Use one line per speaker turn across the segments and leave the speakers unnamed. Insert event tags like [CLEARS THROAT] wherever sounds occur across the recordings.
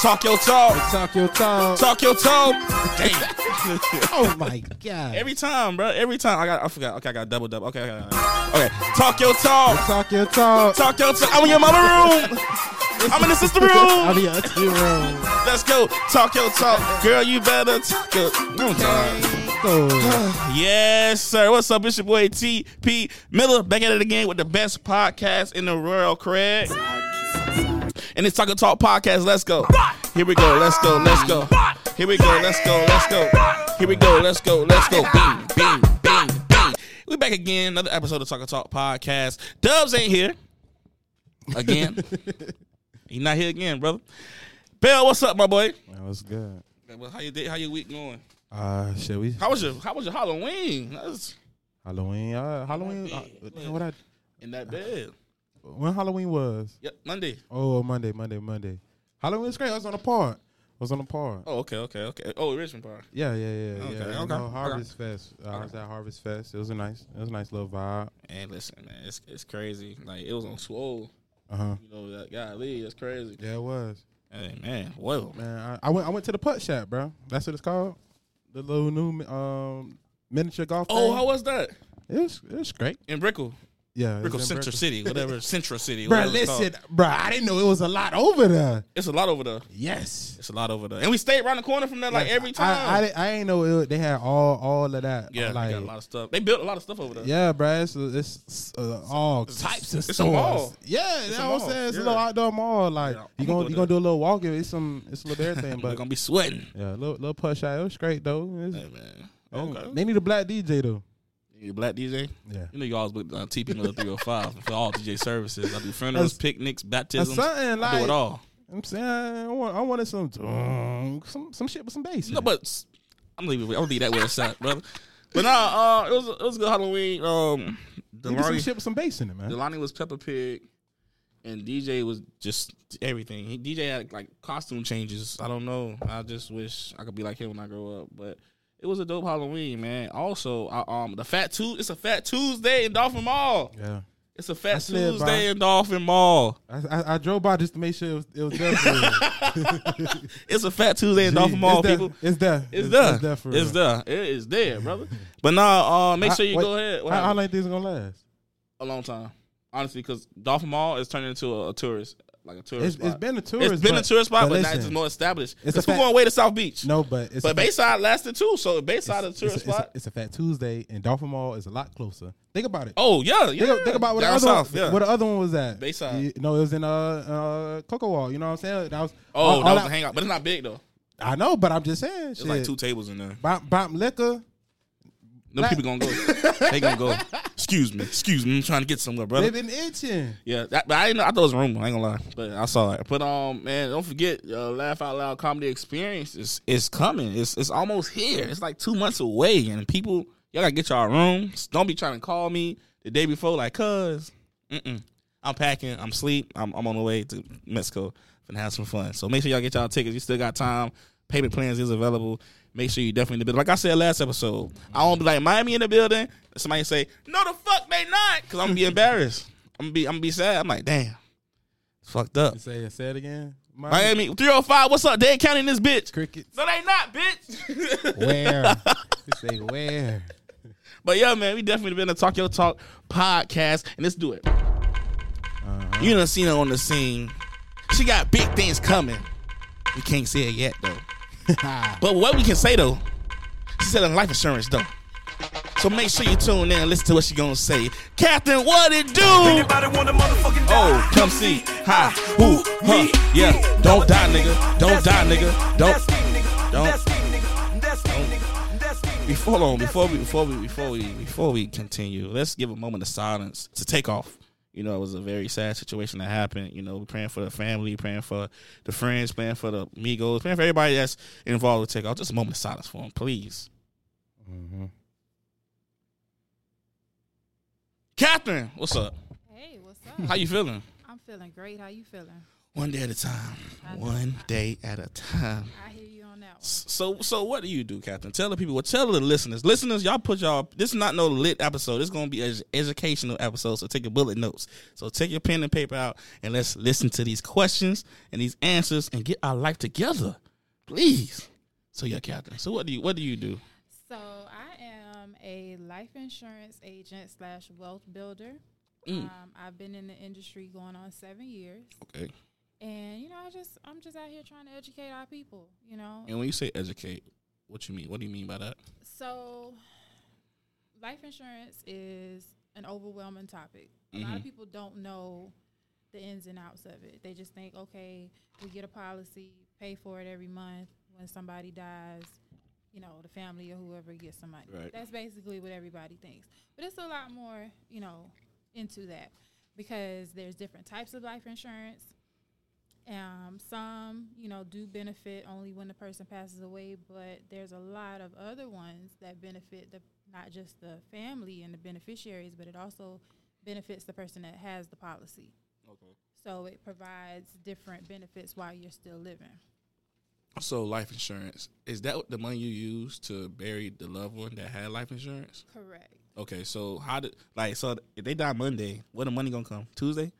Talk your talk.
Talk your talk.
Talk your talk. Damn.
Oh my
[LAUGHS]
god.
Every time, bro. Every time. I got. I forgot. Okay, I got double double. Okay, okay. Okay. okay. Talk your talk.
Talk your talk.
Talk your talk. I'm in your mama room. I'm in the sister
Out of [LAUGHS]
room.
your room.
Let's go. Talk your talk, girl. You better talk your. I'm tired.
So,
Yes, sir. What's up? It's your boy TP Miller back at it again with the best podcast in the world, Craig. And it's Talk and Talk Podcast. Let's go. Here we go. Let's go. Let's go. Here we go. Let's go. Let's go. Here we go. Let's go. Let's go. Bing, bing, bing, bing. We back again. Another episode of Talk and Talk Podcast. Dubs ain't here again. [LAUGHS] he not here again, brother. Bell, what's up, my boy?
that was good.
How you day? How your week going?
Uh, shall we?
How was your How was your Halloween? That was-
Halloween. Uh, Halloween. Uh, damn, what I?
in that bed.
When Halloween was?
[LAUGHS] Yep, Monday.
Oh, Monday, Monday, Monday. Halloween was great. I was on a part. I was on a part.
Oh, okay, okay, okay. Oh, Richmond Park.
Yeah, yeah, yeah,
Okay,
yeah. You
okay,
know,
okay.
Harvest Fest. Uh, I was at Harvest Fest. It was a nice, it was a nice little vibe.
And listen, man, it's it's crazy. Like it was on swole.
Uh huh.
You know that guy Lee. It's crazy.
Yeah, it was.
Hey man, whoa.
Man, I, I went, I went to the putt shop, bro. That's what it's called. The little new um miniature golf.
Oh,
thing.
how was that
it was, it was great.
in Brickell?
Yeah, it was
Brickell
in
Central
Brickell.
City, whatever [LAUGHS] Central City.
Bro,
whatever it's called.
listen, bro. I didn't know it was a lot over there.
it's a lot over there.
Yes.
It's a lot over there, and we stayed around the corner from there like every time.
I, I, di- I ain't know it, they had all all of that.
yeah,
like,
they got a lot of stuff. They built a lot of stuff over there.
yeah, bro. It's, it's uh, all types of
it's a
stores.
mall.
Yeah, that's
a
what I'm
mall,
saying. It's
yeah.
a little outdoor mall. Like
Yeah,
you
I'ma go
gonna you
there.
gonna do a little walking. It's some it's
[LAUGHS]
a little everything,
We're
but
gonna be sweating.
yeah, little little push out. It was great though. It's-
Hey man. Okay.
They need a black DJ though.
You black DJ?
Yeah.
You know you always book uh, TP Miller 305 for all DJ services. I do funerals,
That's-
picnics, baptisms.
something
I do
like-
it all.
I'm saying I want I wanted some some some shit with some bass. in
No,
it.
but s- I'm leaving. with- I'm leaving that with a shot, brother. But nah, uh, it was it was a good Halloween. Um,
Give me some
Delani,
shit with some bass in it, man.
Delani was Peppa Pig, and DJ was just everything. He, DJ had like costume changes. I don't know. I just wish I could be like him when I grow up. But it was a dope Halloween, man. Also, I, um, the Fat Tuesday. It's a Fat Tuesday in Dolphin Mall.
Yeah.
It's a Fat
lit, bro.
Tuesday in Dolphin Mall.
I, I, I drove by just to make sure it was, it was there. For real.
[LAUGHS] It's a Fat Tuesday in
Gee,
Dolphin Mall,
it's there-
people.
It's there.
It's there.
It's there for real.
It's there. It is there, brother. But nah, uh, make sure you
Wait,
go ahead. What
How, how
happened?
long things gonna last?
a long time, honestly, because Dolphin Mall is turning into a, a tourist, like a tourist.
It's,
spot.
it's been a tourist.
it's been a
but-
tourist spot, but, now
listen,
it's just more established. It's
it's a
who
fact-
going way to South Beach.
No, but it's
but
a,
Bayside lasted too, so Bayside is a tourist
it's, a,
spot.
it's a Fat Tuesday, and Dolphin Mall is a lot closer. Think about it.
oh yeah, yeah.
think, think about what the
down
other
south.
one,
yeah.
where the other one was at.
Bayside.
You, no, it was in uh, uh Cocoa Wall. You know what I'm saying? That was
oh,
all-
that
all
was a hangout, but it's not big though.
I know, but I'm just saying.
It's like two tables in there.
Bomb, bomb liquor.
No people gonna go. they gonna
[LAUGHS]
go. Excuse me, excuse me. I'm trying to get somewhere, brother.
They've been itching.
Yeah, that, but I didn't know. I thought it was a rumor. I ain't gonna lie, but I saw it. But um, man, don't forget, uh, laugh out loud comedy experience is is coming. It's it's almost here. It's like two months away, and people, y'all gotta get y'all rooms. Don't be trying to call me the day before, like, cuz, mm-mm. I'm packing. I'm sleep. I'm I'm on the way to Mexico and have some fun. So make sure y'all get y'all tickets. You still got time. Payment plans is available. Make sure you definitely in the building. Like I said last episode, I won't be like Miami in the building. Somebody say, "No, the fuck they not," because I'm gonna be embarrassed. I'm gonna be I'm gonna be sad. I'm like, damn, it's fucked up.
Say it. Say it again. My
Miami 305. What's up? Dade County in this bitch.
crickets.
No, they not, bitch. [LAUGHS]
Where? You say where?
But yeah, man, we definitely been a Talk Your Talk podcast, and let's do it. You done seen her on the scene. She got big things coming. We can't say it yet though.
Uh-huh.
[LAUGHS]
But what we can say though, she said on life insurance though. So make sure you tune in and listen to what she gonna say. Captain, what it do?
Anybody want a motherfucking
Oh, come see, hi, who, huh, yeah. Don't die, nigga. Don't die, nigga. Don't. Don't. Before long, before we, before we, before we, before we continue, let's give a moment of silence to take off. You know, it was a very sad situation that happened. You know, we're praying for the family, praying for the friends, praying for the amigos, praying for everybody that's involved with takeoff. Just a moment of silence for him, please. Catherine, what's up?
Hey, what's
How
up?
you feeling? [LAUGHS]
I'm feeling great. How you feeling?
One day at a time.
I know.
One day at a time.
I hear you on that one.
So so what do you do, Captain? Tell the people. Well, tell the listeners. Listeners, y'all put y'all. This is not no lit episode. This is gonna be an educational episode. So take your bullet notes. So take your pen and paper out and let's listen to these questions and these answers and get our life together, please. So yeah, Captain. So what do you what do you do?
So I am a life insurance agent slash wealth builder.
Mm.
Um, I've been in the industry going on seven years,
Okay.
and you know, I just I'm just out here trying to educate our people. You know,
And when you say educate, what you mean? What do you mean by that?
so life insurance is an overwhelming topic. A lot of people don't know the ins and outs of it. They just think, okay, we get a policy, pay for it every month. When somebody dies, you know, the family or whoever gets some money.
Right.
That's basically what everybody thinks. But it's a lot more, you know, into that because there's different types of life insurance. Um, some, you know, do benefit only when the person passes away, but there's a lot of other ones that benefit the not just the family and the beneficiaries, but it also benefits the person that has the policy.
Okay.
So it provides different benefits while you're still living.
So life insurance is that the money you use to bury the loved one that had life insurance?
Correct.
Okay, so how did like so if they die Monday, where the money gonna come? Tuesday?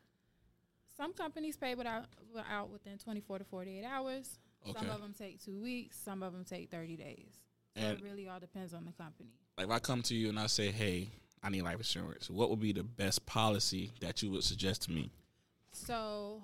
Some companies pay without out within 24 to 48 hours.
Okay.
Some of them take two weeks. Some of them take 30 days. So
And
it really all depends on the company.
like if I come to you and I say, Hey, I need life insurance, what would be the best policy that you would suggest to me?
So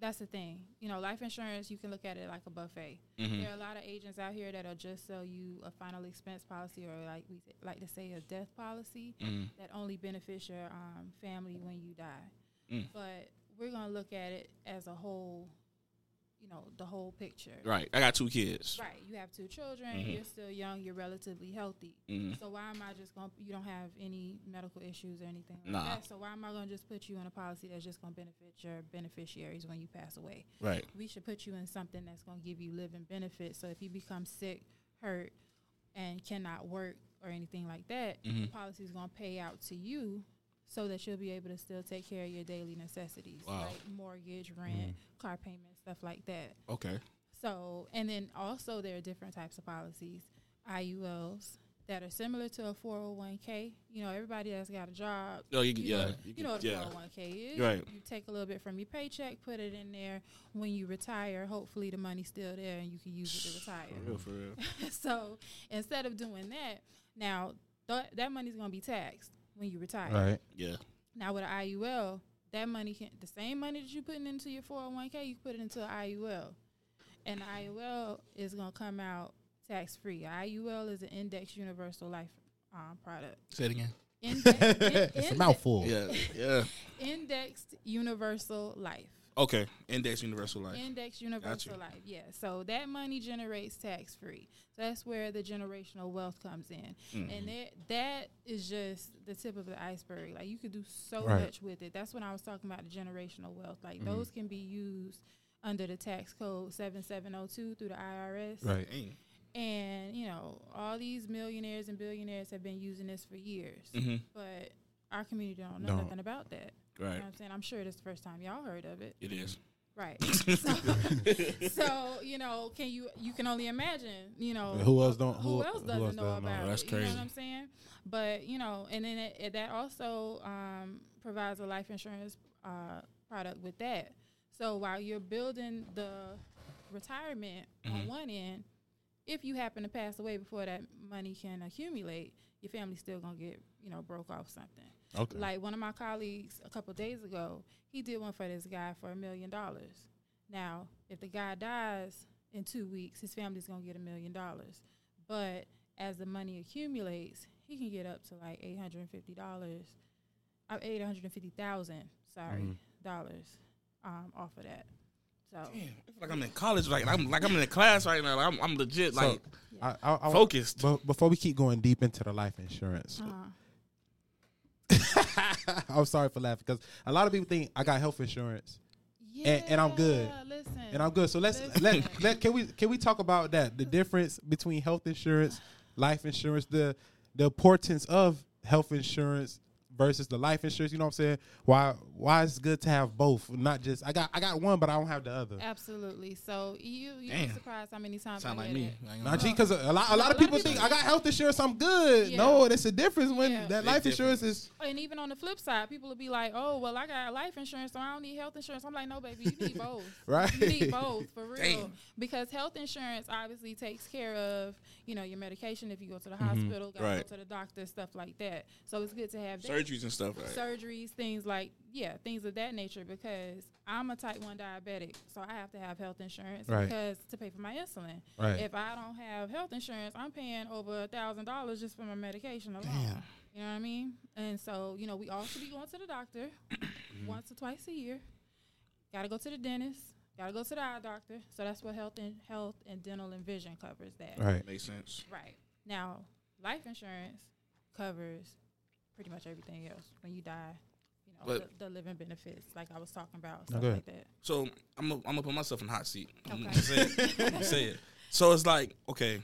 that's the thing. You know, life insurance, you can look at it like a buffet.
Mhm.
There are a lot of agents out here that'll just sell you a final expense policy or like we say- like to say a death policy
Mm.
that only benefits your um, family when you die.
Mm.
But we're going to look at it as a whole, you know, the whole picture.
Right. I got two kids.
Right. You have two children.
Mhm.
You're still young. You're relatively healthy.
Mm.
So why am I just going? to You don't have any medical issues or anything like
Nah.
that. So why am I going to just put you in a policy that's just going to benefit your beneficiaries when you pass away?
Right.
We should put you in something that's going to give you living benefits. So if you become sick, hurt, and cannot work or anything like that, the
Mhm.
policy is going to pay out to you. So that you'll be able to still take care of your daily necessities,
Wow. Mm-hmm.
like mortgage, rent, car payments, stuff like that.
Okay.
So, and then also there are different types of policies, IULs that are similar to a 401k. You know, everybody that's got a job,
Oh you, yeah.
you know, you
can-
know what a
yeah.
401k is.
Right.
You take a little bit from your paycheck, put it in there. When you retire, hopefully the money's still there and you can use it to
For
retire.
real, for real.
[LAUGHS] so, instead of doing that, now th- that money's going to be taxed when you retire.
Right.
[LAUGHS] Yeah.
Now with an IUL, that money can the same money that you putting into your 401k, you put it into an IUL. And the IUL is gonna come out tax free. IUL is an index universal life um,
[LAUGHS]
product.
Say it again.
Index,
it's a mouthful.
Yeah. Yeah.
Indexed universal life.
Okay. Index universal life.
Index universal life. Yeah. So that money generates tax free. So that's where the generational wealth comes in.
Mm-hmm.
And that that is just the tip of the iceberg. Like you could do so
Right. Mm-hmm.
much with it. That's when I was talking about the generational wealth. Like those can be used under the tax code 7702 through the IRS.
Right.
Dang.
And, you know, all these millionaires and billionaires have been using this for years.
Mm.
Mhm.
But our community don't know
Don't.
nothing about that. You know
Right.
what I'm saying? I'm sure this is the first time y'all heard of it.
It is.
[LAUGHS]
Right. [LAUGHS]
[LAUGHS]
So, so, you know, can you you can only imagine, you know,
Who else don't?
Oh, who, else doesn't know
doesn't
about
That's
it? You know
crazy.
what I'm saying? But you know, and then it, it, that also um, provides a life insurance uh, product with that. So while you're building the retirement on one end, if you happen to pass away before that money can accumulate, your family's still gonna get you know broke off something.
Okay.
Like one of my colleagues a couple days ago, he did one for this guy for a million dollars. Now, if the guy dies in two weeks, his family's gonna get a million dollars. But as the money accumulates, he can get up to like eight hundred and fifty dollars, uh, eight hundred and fifty thousand, sorry,
Mm-hmm.
dollars um, off of that. So
Damn. I feel like I'm in college. Like I'm like I'm in a class right now. Like, I'm I'm legit.
So,
Like
I, I, I,
focused.
But before we keep going deep into the life insurance,
uh,
[LAUGHS] I'm sorry for laughing because a lot of people think I got health insurance And- and I'm good.
yeah, Listen,
and I'm good. So let's
Listen. [LAUGHS]
let, let can we can we talk about that the difference between health insurance, life insurance, the the importance of health insurance versus the life insurance. You know what I'm saying? Why why it's good to have both, not just I got I got one, but I don't have the other.
Absolutely. So you you
Damn.
be surprised how many times
Sound
I
like
hear
me.
that.
I ain't
Nah,
gonna
G,
lie.
because a, a lot a lot of people think I got health insurance, I'm good.
Yeah.
No, there's a difference when
Yeah.
that
Big
life insurance
difference.
is.
And even on the flip side, people will be like, "Oh, well, I got life insurance, so I don't need health insurance." I'm like, "No, baby, you need
[LAUGHS]
both.
Right.
You need both for real,
Damn.
because health insurance obviously takes care of you know your medication if you go to the hospital, gotta
Right.
go to the doctor, stuff like that. So it's good to have that.
surgeries and stuff. Right?
surgeries, things like yeah, things of that nature. Because I'm a type one diabetic, so I have to have health insurance
Right.
because to pay for my insulin.
Right.
If I don't have health insurance, I'm paying over a thousand dollars just for my medication alone.
Damn.
You know what I mean? And so you know, we all should be going to the doctor [CLEARS THROAT]
Mm-hmm.
once or twice a year. Got to go to the dentist. Got to go to the eye doctor. So that's what health and health and dental and vision covers that. [LAUGHS]
Right.
Makes sense.
Right. Now, life insurance covers pretty much everything else. When you die, you know,
But-
the, the living benefits, like I was talking about,
No,
stuff
go
like that.
So I'm gonna I'm gonna put myself in hot seat. I'm
Okay.
gonna
[LAUGHS]
say it. I'm gonna say it. So it's like okay,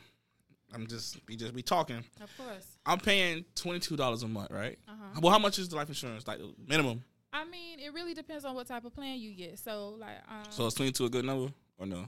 I'm just we just be talking.
Of course.
I'm paying twenty two dollars a month, right?
Uh-huh.
Well, how much is the life insurance? Like the minimum.
I mean, it really depends on what type of plan you get. So, like, um,
So is twenty two a good number or no?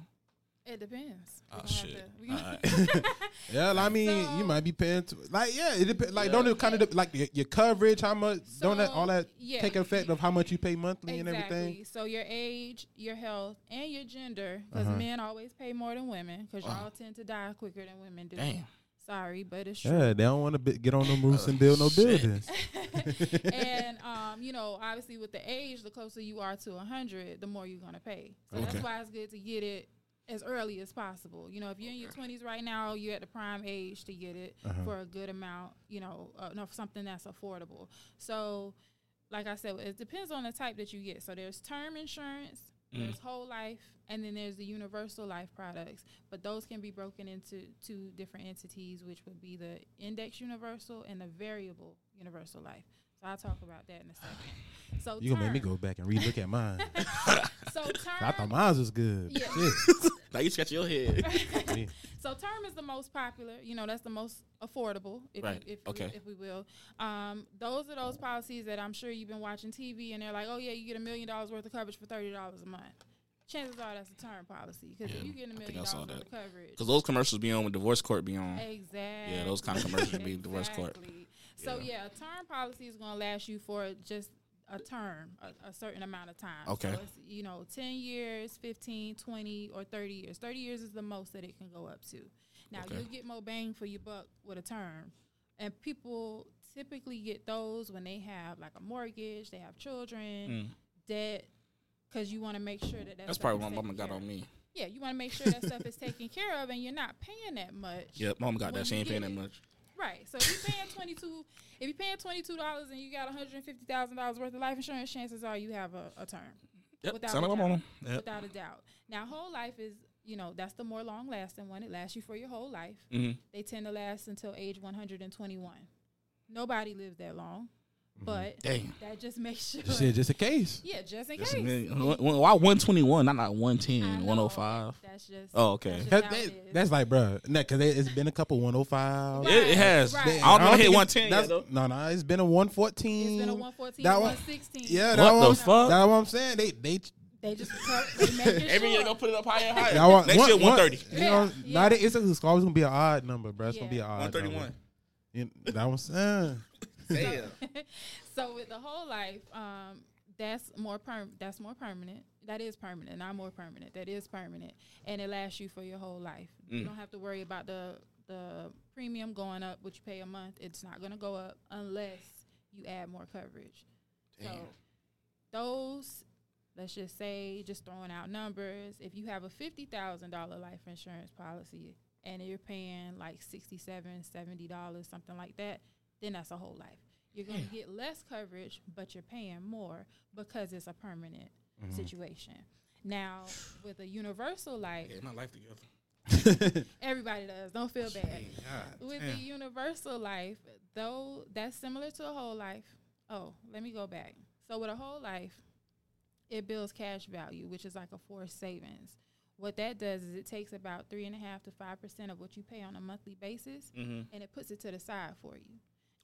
it depends.
Oh
We're gonna have
shit!
to- we
All
gonna-
right.
Yeah, I mean,
So-
you might be paying to, like yeah, it depends. Like
Yeah.
don't it kind of like your, your coverage, how much don't that
[LAUGHS] So,
all that
yeah.
take effect of how much you pay monthly and everything.
Exactly. So your age, your health, and your gender, because
Uh-huh.
men always pay more than women, because
Wow.
y'all tend to die quicker than women do.
Ah. Damn.
Sorry, but it's true.
Yeah, they don't want to get on them roofs
Oh,
and build no
shit.
buildings.
and um, you know, obviously with the age, the closer you are to hundred, the more you're gonna pay. So
Okay.
that's why it's good to get it as early as possible. You know, if you're in your twenties right now, you're at the prime age to get it
Uh-huh.
for a good amount. You know, uh, no, for something that's affordable. So, like I said, it depends on the type that you get. So there's term insurance.
Mm.
There's whole life, and then there's the universal life products. But those can be broken into two different entities, which would be the index universal and the variable universal life. So I'll talk about that in
[SIGHS]
a second. So
You gonna make me
term-
go back and relook at
[LAUGHS]
mine.
[LAUGHS]
So
I thought
term,
mine was good.
Yeah.
Shit.
Now you scratch your
[LAUGHS]
head.
Yeah.
so term is the most popular. You know, that's the most affordable, if
Right.
you, if,
Okay.
we, if we will. Um, those are those policies that I'm sure you've been watching TV, and they're like, oh yeah, you get a million dollars worth of coverage for thirty dollars a month. Chances are that's a term policy because
Yeah,
if you get a
I think I
million dollars
saw
worth
that.
of coverage,
Because those commercials be on with divorce court be on.
Exactly.
those kinda commercials would be the worst part.
Exactly. So
Yeah.
yeah. a term policy is going to last you for just a term, a, a certain amount of time.
Okay.
So it's, you know, 10 years, 15, 20 or 30 years. 30 years is the most that it can go up to. Now,
Okay.
you get more bang for your buck with a term. And people typically get those when they have like a mortgage, they have children,
Mm.
debt cuz you want to make sure that that
That's probably
stuff is
why
taken
mama got
care of.
on me.
Yeah, you want to make sure that stuff is taken care of and you're not paying that much.
Yep, mama got
When
that. She
you
ain't paying that
get it.
much.
Right. So if you're paying twenty two, if you're paying twenty two dollars and you got one hundred and fifty thousand dollars worth of life insurance, chances are you have a, a term
Yep,
Without
sound like
a
my mama.
doubt.
Yep.
without a doubt. Now, whole life is you know that's the more long lasting one. It lasts you for your whole life.
Mhm.
They tend to last until age one hundred and twenty one. Nobody lives that long, but
Damn.
that just makes sure.
Shit, just a case.
yeah, just in
That's a
case.
million. Why 121? Not like
I know,
110, 105.
That's just.
Oh, okay.
that's just
That-
how
that-
it is.
that's like, bro, because it's been a couple 105.
Right.
It, it has.
right.
I don't know.
I don't
Hit
think
110 yet,
That's,
though.
no, no, it's been a
it's
114.
been a one fourteen,
That
one
one-
sixteen.
Yeah, that
What
what
the fuck?
That's what I'm saying. They they
They just they make
Every
it
year
sure.
they gonna put it up higher and higher.
y'all want
Next
one-
year,
one-
130.
You know,
Yeah,
not
yeah.
it's, it's always gonna be an odd number, bro. It's gonna be an
Yeah.
odd
131.
number. You- That was saying.
Damn.
so with the whole life, um, that's more perm. That's more permanent. That is permanent, not more permanent. That is permanent, and it lasts you for your whole life.
Mm.
You don't have to worry about the the premium going up, what you pay a month. It's not going to go up unless you add more coverage. So
Damn.
those, let's just say, just throwing out numbers. If you have a fifty thousand dollar life insurance policy and you're paying like sixty seven, seventy dollars, something like that, then that's a whole life. You're going to get less coverage, but you're paying more because it's a permanent
Mm-hmm.
situation. Now, with a universal life,
Yeah, my life together.
everybody does. Don't feel bad.
God
With
damn.
the universal life, though that's similar to a whole life. Oh, let me go back. So with a whole life, it builds cash value, which is like a forced savings. What that does is it takes about three and a half to five percent of what you pay on a monthly basis
Mhm.
and it puts it to the side for you.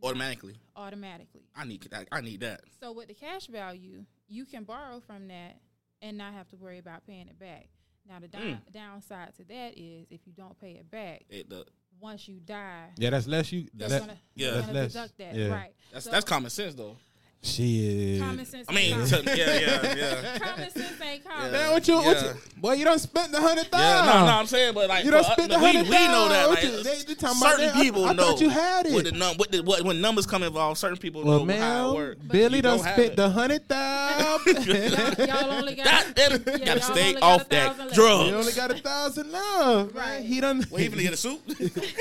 automatically.
automatically.
I need I, I need that.
So with the cash value, you can borrow from that and not have to worry about paying it back. Now the down,
Mm.
downside to that is if you don't pay it back,
It, the,
once you die,
[LAUGHS] Yeah, that's less you.
they're
that-
gonna,
yeah.
they're
That's
gonna
less.
deduct that,
Yeah.
right?
that's
So
that's common sense though.
Shit.
common sense.
I mean,
ain't
to, [LAUGHS]
common,
yeah, yeah,
[LAUGHS]
yeah.
common sense ain't common.
Man, what you, what
Yeah.
you, boy, you don't spent the hundred
Yeah,
thousand.
no, no, I'm saying, but like,
You done
but,
spent
uh,
the
we, we
hundred
know that.
thousand,
Like,
what you- they- they talking about
certain
that. I-
people
I
know.
thought you had it.
With the num- with the, what, when numbers come involved, certain people
Well,
know how it
man,
works.
[LAUGHS] Billy
You
done
don't have
spent
it.
the
[LAUGHS]
hundred thousand.
Y'all, y'all only
[LAUGHS]
got
God damn it.
[LAUGHS] Yeah,
gotta
y'all
stay
only got
off
a
that
thousand left.
You only
drugs.
got a thousand left. Right?
Right.
He done.
[LAUGHS] Well, even to get a suit,
[LAUGHS]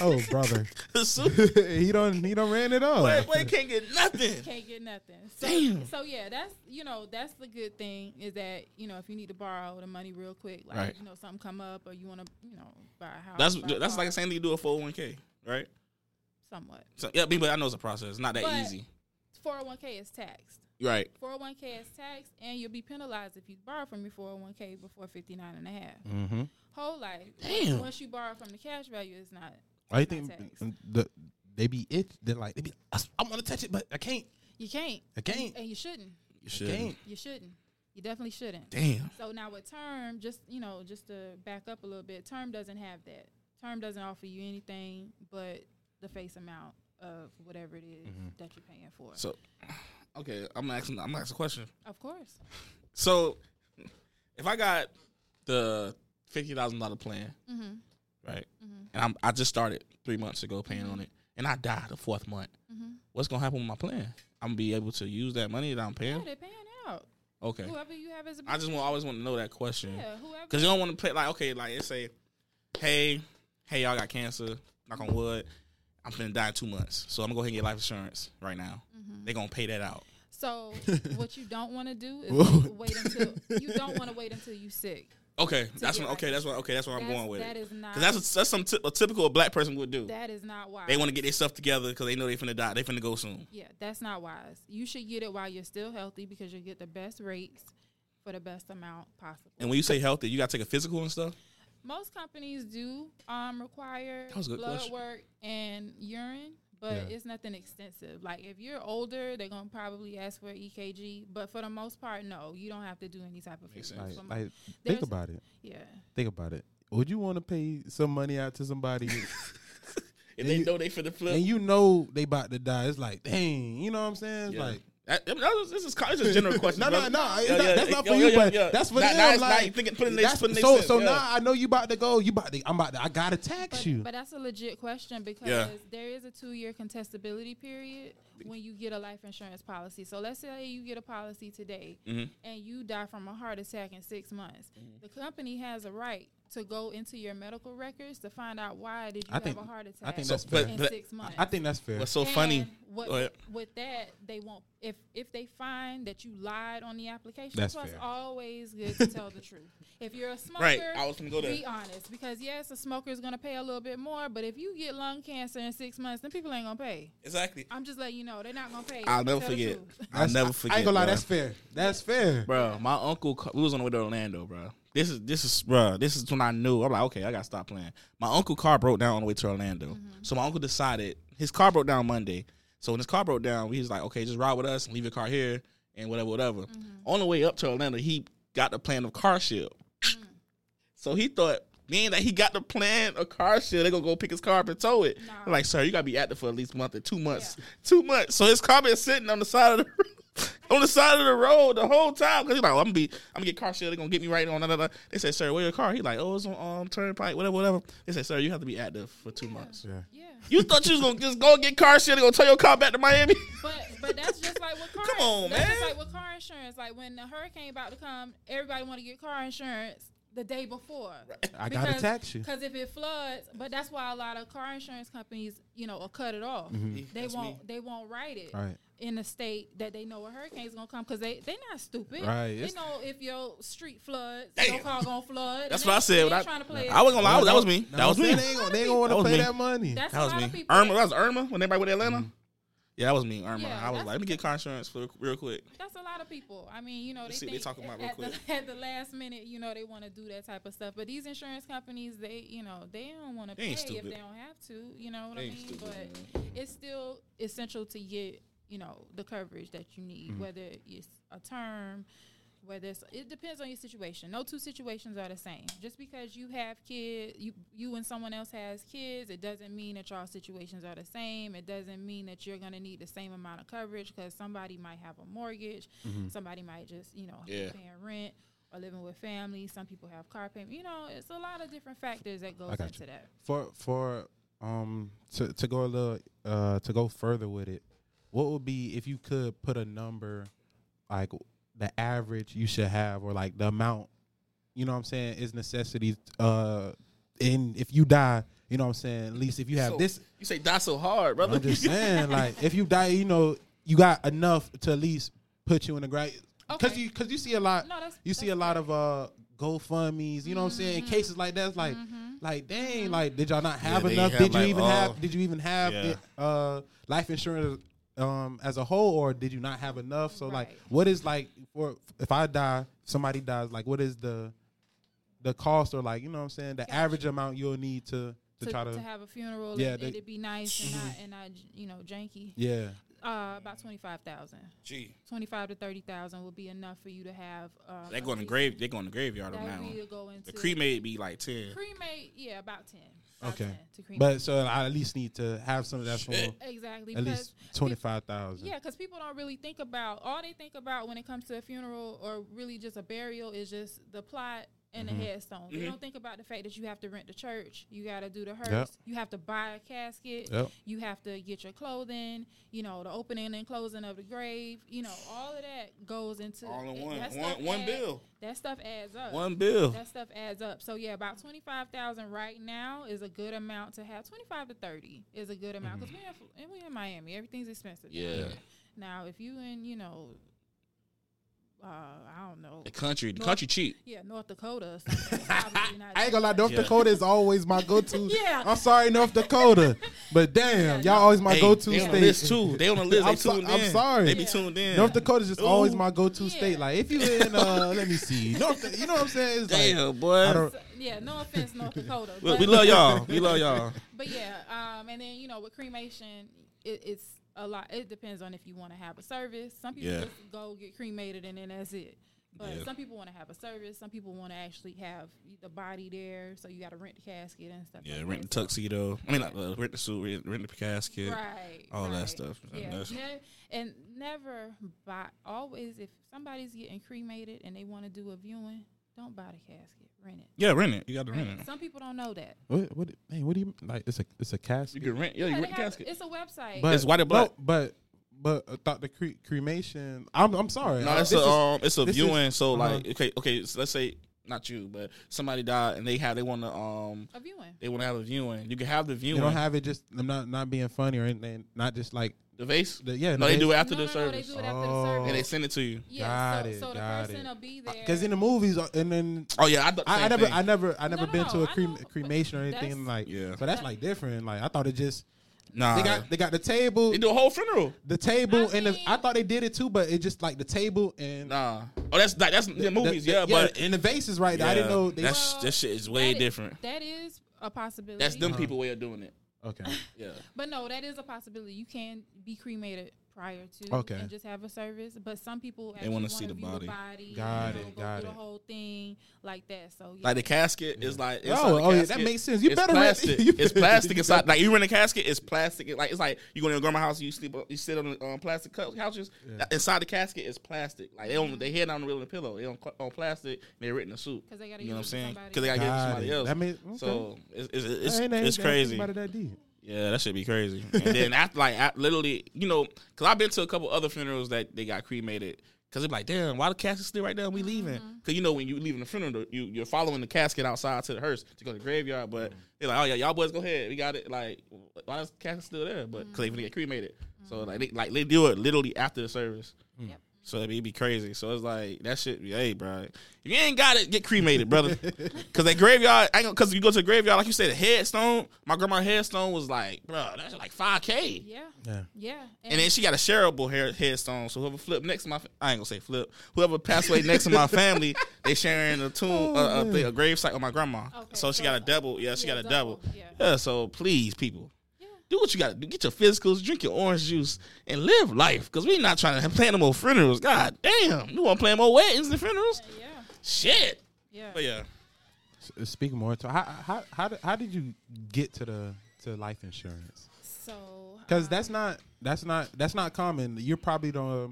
oh,
[LAUGHS]
brother.
a suit.
he done. He done ran it up.
Boy, boy can't get nothing.
can't get nothing. So,
Damn.
So yeah, that's you know that's the good thing is that you know if you need to borrow the money real quick, like
Right.
you know something come up or you want to you know buy a house.
That's
buy a
that's
car,
like saying that you do a 401k, right?
somewhat.
So yeah, I mean, but I know it's a process. It's not that
But-
easy,
401k is taxed.
right?
401k is taxed, and you'll be penalized if you borrow from your 401k before 59 and a half.
Mm-hmm.
Whole life.
Damn.
Once you borrow from the cash value, it's not.
I
it's not
think
taxed.
the, they be it. They're like they be. I, want to touch it, but I can't.
You can't.
I can't.
And you shouldn't.
You
I can't.
You shouldn't. You definitely shouldn't.
Damn.
So now with term, just you know, just to back up a little bit, term doesn't have that. Term doesn't offer you anything but the face amount of whatever it is that you're paying for.
Mm-hmm. So, okay, I'm asking. I'm asking a question.
of course,
So, if I got the fifty thousand dollar plan,
Mm-hmm.
right, and I'm, I just started three months ago paying on it, and I die the fourth month,
Mm-hmm.
what's gonna happen with my plan? I'm gonna be able to use that money that I'm
yeah,
paying.
they're paying out.
Okay,
Whoever you have as a
I just want always want to know that question.
yeah, whoever.
Cause you don't want to play like okay, like it say, hey, hey, y'all got cancer. Knock on wood. I'm finna die in two months, so I'm gonna go ahead and get life insurance right now.
Mm-hmm.
They gonna pay that out. [LAUGHS]
So what you don't want to do is
Whoa.
wait until you don't want to wait until you sick.
Okay, that's
get
what. Okay,
life
that's what. Okay, that's where I'm
That's-
going with
that
it.
is not-
'Cause that's a, that's some ty- a typical black person would do.
That is not wise.
They want to get their stuff together because they know they finna die. They finna go soon.
yeah, that's not wise. You should get it while you're still healthy because you get the best rates for the best amount possible.
And when you say healthy, you gotta take a physical and stuff.
Most companies do um, require
was a good
blood
question.
work and urine, but
Yeah.
it's nothing extensive. Like if you're older, they're gonna probably ask for EKG, but for the most part, no, you don't have to do any type of physical.
Like,
So,
like, think
there's-
about it.
yeah,
Think about it. Would you want to pay some money out
[LAUGHS]
to somebody
And they
you-
know they finna flip.
and you know they about to die? It's like, dang, you know what I'm saying? It's
Yeah.
like,
That- I mean, that was- this is this is a
[LAUGHS]
general question.
no,
brother.
no, no. it's
Yeah,
not-
yeah,
That's not
yeah,
for you,
yeah,
but
yeah.
that's for
Now-
them.
now it's
like,
not thinking- putting their-
that's-
putting their
so,
sense,
so
yeah.
now I know you about to go. You about to. I'm about to. I gotta tax
but,
you.
but that's a legit question because there is a two-year contestability period when you get a life insurance policy. So let's say you get a policy today
Mm-hmm.
and you die from a heart attack in six months. The company has a right to go into your medical records to find out why did you
I
have
think-
a heart attack.
I think
So,
that's
but-
fair.
in
but
six months.
I think that's fair.
what's so funny?
And What,
Go ahead.
with that, they won't. If if they find that you lied on the application,
That's
plus
fair.
always good to tell
[LAUGHS]
the truth. If you're a smoker,
Right, I was gonna go there.
Be honest, because yes, a smoker is gonna pay a little bit more. But if you get lung cancer in six months, then people ain't gonna pay.
Exactly.
I'm just letting you know they're not gonna pay.
I'll never
Tell the
forget.
truth. [LAUGHS]
I'll
That's-
never forget.
I ain't gonna lie.
bruh.
That's fair. That's fair.
bro. My uncle, ca- we was on the way to Orlando, bro. This is this is bro. This is when I knew. I'm like, okay, I gotta stop playing. My uncle car broke down on the way to Orlando,
Mm-hmm.
so my uncle decided his car broke down Monday. So when his car broke down, we was like, okay, just ride with us and leave your car here and whatever, whatever.
Mm-hmm.
On the way up to Orlando, he got the plan of car shield.
Mm.
So he thought. Being that he got the plan of car shield, they gonna go pick his car up and tow it.
Nah.
I'm Like, sir, you gotta be active for at least a month or two months.
Yeah.
Two months. So his car been sitting on the side of the [LAUGHS] on the side of the road the whole time because he's like, oh, I'm gonna be, I'm gonna get car shit. They're gonna get me right on. da, da, da. They said, sir, where your car? He like, oh, it's on um, turnpike, whatever, whatever. They said, sir, you have to be active for two months.
Yeah.
Yeah,
You thought you was gonna just go get car shit and go tow your car back to Miami? [LAUGHS]
but but that's just like with car.
Come on,
that's Just
man.
like with car insurance, like when the hurricane about to come, everybody want to get car insurance the day before.
I gotta tax you.
Because if it floods, but that's why a lot of car insurance companies, you know, will cut it off. They
That's
won't.
me.
They won't write it
Mm-hmm. Right.
in a state that they know a hurricane's gonna come because they they not stupid.
Right,
They
it's-
know if your street floods, your
Damn.
car gonna flood.
That's
and
what I
they-
said.
They
when I,
trying to play.
I wasn't gonna lie, that was me.
No,
That was
I'm
me.
saying They ain't gonna, they ain't gonna
That
wanna
was
pay
me.
that Mm-hmm. money.
That's
That
a
was
lot
me.
of people.
Irma, that was Irma when everybody went to Atlanta. Yeah, that was me, Irma.
Yeah,
I was like,
that's-
let me get car insurance for, real quick.
That's a lot of people. I mean, you know, they
Let's see what
think
they talking about real
at, The, at the last minute, you know, they want to do that type of stuff. But these insurance companies, they, you know, they don't want to
They
pay
ain't
if they
stupid.
don't have to. You know what
They
I
ain't
mean?
stupid,
but it's still essential to get, you know, the coverage that you need,
Mm-hmm.
whether it's a term. Whether it's, it depends on your situation. No two situations are the same. Just because you have kids, you you and someone else has kids, it doesn't mean that y'all situations are the same. It doesn't mean that you're gonna need the same amount of coverage because somebody might have a mortgage,
Mm-hmm.
somebody might just you know
Yeah.
paying rent or living with family. Some people have car payment. You know, it's a lot of different factors that goes
got
into
you.
that.
for for um to to go a little uh to go further with it, what would be if you could put a number like the average you should have or like the amount, you know what I'm saying, is necessity uh and if you die, you know what I'm saying, at least if you have
So,
this
You say die so hard, brother.
I'm just saying, like, if you die, you know, you got enough to at least put you in the grave. Because
Okay.
you, because you see a lot,
No, that's- Mm-hmm.
you see a lot of uh, GoFundmes. You know what I'm saying? In cases like that, it's like, like, dang, like, did y'all not have
they
enough?
have,
Did you
like,
even
all-
have? Did you even have
Yeah.
the, uh, life insurance um, as a whole, or did you not have enough? So, like,
Right.
what is like, for if I die, somebody dies, like, what is the the cost or like, you know what I'm saying? The average amount you'll need to to, try to,
have a funeral,
Yeah,
and,
they- Mm-hmm.
and it be nice and not and not you know janky.
yeah,
Uh, about twenty five thousand.
[LAUGHS] Gee,
25 to 30,000 would be enough for you to have. Um,
they
a
going to
decent-
grave. They going to graveyard on
That
that
would be to
one.
go into
The cremate be like ten.
cremate, yeah, about 10. about
Okay.
10 to cremate.
But so I at least need to have some of that for
Shit.
exactly.
at
because
least twenty five thousand.
Yeah, because people don't really think about all they think about when it comes to a funeral or really just a burial is just the plot and
Mm-hmm.
the headstone.
Mm-hmm.
They don't think about the fact that you have to rent the church, you got to do the hearse, you have to buy a casket,
Yep.
you have to get your clothing, you know, the opening and closing of the grave, you know, all of that goes into
All in
that-
one.
that
One-
stuff
one bill.
That stuff adds up.
One bill.
That stuff adds up. So yeah, about twenty five thousand right now is a good amount to have. Twenty five to thirty is a good amount because we in, and we in Miami. Everything's expensive. down
Mm-hmm. Yeah.
here. Now if you in you know, uh, I don't know.
The country. The country cheap.
Yeah, North Dakota. Or something,
[LAUGHS]
it's
[LAUGHS]
probably not
I ain't
that
gonna lie, North
Yeah.
Dakota is always my go to.
[LAUGHS] Yeah.
I'm sorry, North Dakota,
[LAUGHS]
but damn, y'all always my
Hey,
go to
they on
state.
the list too. They on the list. They
I'm so-
tuned
I'm
in.
sorry.
They be
Yeah.
tuned in.
North Dakota is just always
Ooh.
my go to
Yeah.
state. Like if you in, uh, [LAUGHS] let me see, North, you know what I'm saying? It's
Damn,
like,
boy.
I don't,
bad. Yeah, no offense, North Dakota.
Look,
but-
we love y'all. We love y'all.
But yeah, um, and then you know with cremation, it, it's a lot. It depends on if you want to have a service. Some people
Yeah.
just go get cremated and then that's it. But
Yeah.
some people want to have a service. Some people want to actually have the body there, so you got to rent the casket and stuff.
[LAUGHS] Yeah,
like
rent the
that. So-
tuxedo. I mean, like, uh, rent the suit, rent, rent the casket.
Right.
all that
right.
stuff.
Yeah.
That's-
ne- and never buy, always, if somebody's getting cremated and they want to do a viewing, don't buy the casket. Rent it.
Yeah, rent it. You got to
Rent
rent
it.
it.
Some people don't know that.
what, what, man, what do you like? It's a, it's a
You
casket.
can rent. Yeah, you
Yeah,
rent
they
the
have-
casket.
It's a website.
But
It's white and black.
No, but, but I thought the cre- cremation. I'm, I'm sorry.
No,
I-
it's
this
a
is-
um, it's a
this
viewing.
is-
so
uh-huh.
like, okay, okay. So let's say not you, but somebody died and they have they want to um
a viewing.
they want to have a viewing. You can have the
you
viewing.
don't have it. Just I'm not, not being funny or anything. Not just like
the vase.
The- yeah,
no,
the
they do
vase.
it after
No,
the
no, no,
service,
They do it after
Oh.
the service.
and they send it to you.
Yeah,
Got
so,
it,
so the
got
person
it.
will be there.
because in the movies uh, and then
Oh yeah, I thought the
I, I
same
never,
thing.
I never, I
No,
never
no,
been
no,
to a
I
creme-
know, but
cremation or anything
that's-
like.
Yeah.
So that's like different. Like I thought it just
nah,
they got they got the table,
they do a whole funeral.
the table,
I
and the,
mean-
I thought they did it too, but it just like the table and
Nah. Oh, that's like, that's the
the-
movies.
the-
yeah, but
and the vases right. there. I didn't
yeah,
know they.
that's
Well,
that shit is way
That i-
different.
that is a possibility.
That's them people way of doing it.
okay.
Yeah.
But no, that is a possibility. You can be cremated prior to
Okay.
and just have a service. But some people actually
wanna
want to
see the
view
body.
The body
Got
you
it,
know, go
got
through
it.
The whole thing like that. So yeah.
Like the casket is like inside
Oh,
the
oh, yeah, that
casket,
makes sense. You
it's
better rent-
plastic.
[LAUGHS] you
it's
better-
plastic
you
inside. Like you rent a casket, it's plastic. It, like it's like you go to your grandma's house, you sleep, you sit on the um, plastic cou- couches. That- Inside the casket is plastic. Like they don't, they head on the real pillow. They don't cl- on plastic. and They written a suit.
'Cause they gotta
you know
use
what I'm
it for
saying?
somebody.
Because they got to give it to
Got
somebody
it.
else.
That mean- okay.
So it's it's it's,
I ain't- I ain't
it's
gotta think
crazy.
about it that deep.
Yeah, that should be crazy. and then after, like, I literally, you know, because I've been to a couple other funerals that they got cremated. Because they're like, damn, why the casket still right there? We leaving. Because, you know, when you leaving the funeral, you, you're following the casket outside to the hearse to go to the graveyard. But they're like, oh, yeah, y'all boys go ahead. We got it. Like, why is the casket still there? But because they finna get cremated. So, like they, like, they do it literally after the service.
Yep.
So it'd be- it'd be crazy. So it's like that shit. Be, hey, bro, if you ain't got it, get cremated, brother. Cause that graveyard, I ain't gonna- cause you go to the graveyard, like you said, the headstone. My grandma's headstone was like, bro, that's like five k.
Yeah,
Yeah.
yeah.
And then she got a shareable hair, headstone. So whoever flipped next to my, fa- I ain't gonna say flip. Whoever passed away next to my
[LAUGHS]
family, they sharing a tomb, a, a, thing, a grave site with my grandma.
Oh, Okay,
so she
so
got a
it's like-
double. Yeah, she
yeah,
got a double.
double, yeah.
yeah. So please, people,
yeah.
do what you gotta do. Get your physicals, drink your orange juice, and live life. Cause we not trying to plan no more funerals. God damn, you want to plan more weddings than funerals?
Yeah,
Shit.
yeah.
But yeah,
S- uh, Speak more to how how how did, how did you get to the to life insurance?
So
Because
um,
that's not that's not that's not common. You're probably the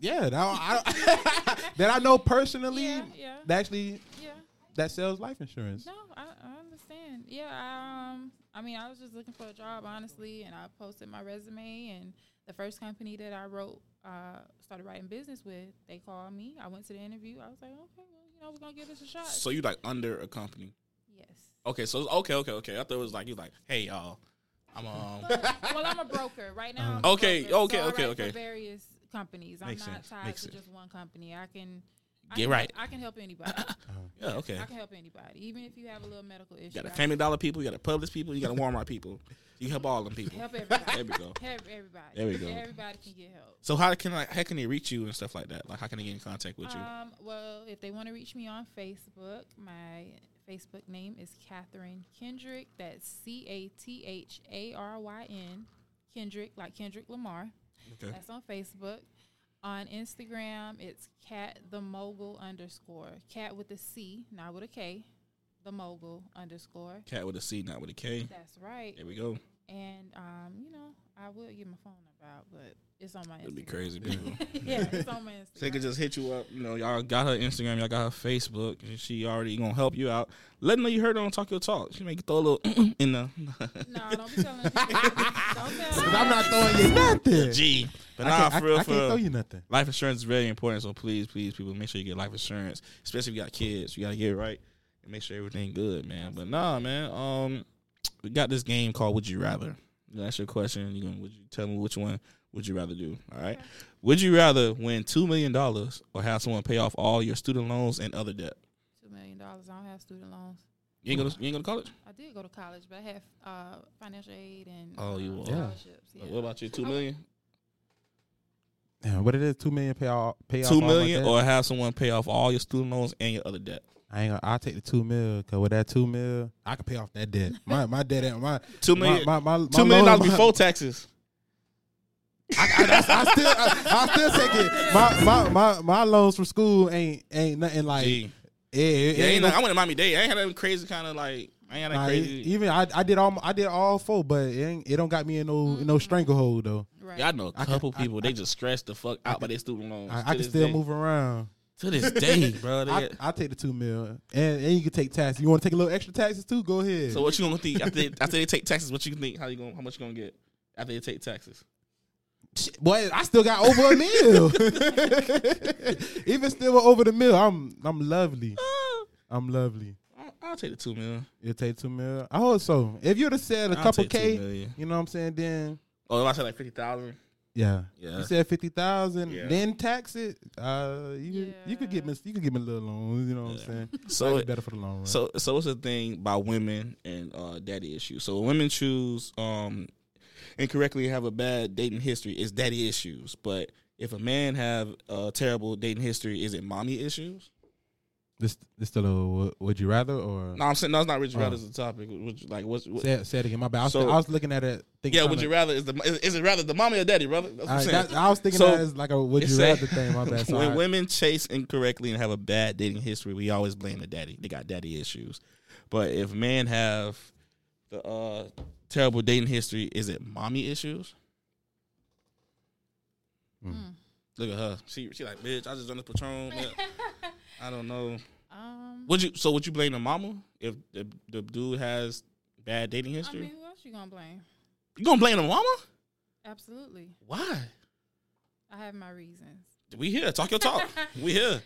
yeah that I, I- [LAUGHS] that I know personally.
yeah, yeah,
That actually
yeah.
that sells life insurance.
No, I, I understand. Yeah, I, um, I mean, I was just looking for a job, honestly, and I posted my resume. And the first company that I wrote, uh, started writing business with, they called me. I went to the interview. I was like, okay, well, you know, we're gonna give this a shot.
so you like under a company?
yes.
Okay, so it's- okay, okay, okay. I thought it was like you like, hey y'all, I'm um.
[LAUGHS] well, I'm a broker right now. I'm a
Uh-huh. Okay,
broker,
okay,
so I
okay,
write for
okay.
various companies. I'm
Makes
not
sense,
tied
makes
to
sense.
just one company. I can I
Get
can-
right.
I can help anybody.
Yeah, [COUGHS] okay.
I can help anybody, even if you have a little medical issue.
You
[LAUGHS]
got the
I
Family Dollar people, you got the Publix people, you got the Walmart people. You help all them
can
people.
help everybody.
There we go.
help everybody.
There we go.
Everybody can get help.
So how can I, how can they reach you and stuff like that? Like how can they get in contact with you?
Um, well, if they want to reach me on Facebook, my Facebook name is Catherine Kendrick. That's C A T H A R Y N Kendrick, like Kendrick Lamar.
okay.
That's on Facebook. On Instagram, it's cat the mogul underscore cat with a C, not with a K, the mogul underscore.
Cat with a C, not with a K.
That's right.
There we go.
And um, you know, I will get my phone out, but it's on my
It'd be
Instagram.
crazy, people.
[LAUGHS] yeah, it's on my
So they could
Instagram.
just hit you up. You know, y'all got her Instagram, y'all got her Facebook, and she already gonna help you out. Let them know you heard her on Talk Your Talk. She may throw a little [CLEARS THROAT] in the
no, don't
[LAUGHS]
be telling people. don't tell.
I'm not throwing you nothing.
G. But
I
nah,
can't, I-
for real,
I
for
can't throw
real.
you nothing.
Life insurance is very important, so please, please, people, make sure you get life insurance, especially if you got kids. You gotta get it right and make sure everything good, man. But nah, man, um, we got this game called Would You Rather. That's your question. You gonna would you tell me which one would you rather do? All right. Would you rather win two million dollars or have someone pay off all your student loans and other debt?
Two million dollars. I don't have student loans.
You ain't go to you ain't go to college.
I did go to college, but I had uh, financial aid and
Oh, you
uh,
were.
Yeah.
scholarships. Yeah.
What about you? Two
I
million.
Yeah, what it is? Two million pay all pay off
Two
all my
million
debt?
or have someone pay off all your student loans and your other debt.
I ain't gonna, I'll take the two mil because with that two mil, I can pay off that debt. My my debt ain't my
Two
my
million.
my, my, my
two million
loan-
dollars
my-
before taxes.
[LAUGHS] I still I, I still take it. My, my my my loans from school ain't ain't nothing like
Gee.
yeah. It,
Yeah,
it
ain't
ain't
no, I went to Miami Dade. I ain't had that crazy kind of like. I ain't had that
Nah,
crazy.
e- even I, I did all I did all four, but it, ain't, it don't got me in no in no stranglehold though.
Right.
yeah, I know a
I
couple
can- I-
people. they just stressed the fuck out by their student loans. to
I, I can
this
still
day.
move around.
to this day, bro. They-
I, I take the two mil, and, and you can take taxes. You want to take a little extra taxes too? Go ahead.
so what you gonna think after they, after they take taxes? What you think? How you going? to How much you gonna get after they take taxes?
Shit, Boy, I still got over a meal. [LAUGHS] Even still with over the meal, I'm I'm lovely. I'm lovely.
Uh, I'll, I'll take the two million.
You'll take two mil. I hope so. If you'd have said a
I'll
couple
take two
K,
million.
you know what I'm saying, then
Oh, if I said like fifty thousand.
yeah.
Yeah.
You said fifty thousand,
Yeah.
then tax it. Uh, you could you could give me you could give me a little loan. You know what I'm saying?
[LAUGHS] So
Might be better for the long run.
So so it's a thing by women and uh, daddy issues. So when women choose um, incorrectly and have a bad dating history, it's daddy issues. But if a man have a terrible dating history, is it mommy issues?
this this still a wo- would you rather or
No, I'm saying that's not Richard
Oh.
rather is the topic. Would you- like what's what,
say, it- say it again? My bad. I was,
So-
I was looking at it. Thinking
yeah?
kinda-
Would you rather is the is, is it rather the mommy or daddy, brother? That's what
All
I'm
right,
saying.
that- I was thinking
So,
that as like a would
It
you
say-
rather
[LAUGHS]
thing. My bad.
when
Sorry.
women chase incorrectly and have a bad dating history, we always blame the daddy. They got daddy issues. But if men have the uh, terrible dating history, is it mommy issues?
Mm.
Look at her. She she like bitch. I just done this patron. Yeah. I don't know.
Um,
Would you so would you blame the mama if the, the dude has bad dating
I
history?
mean, who else you gonna blame?
you gonna blame the mama?
Absolutely,
Why?
I have my reasons.
We here. Talk your
[LAUGHS]
talk. we here.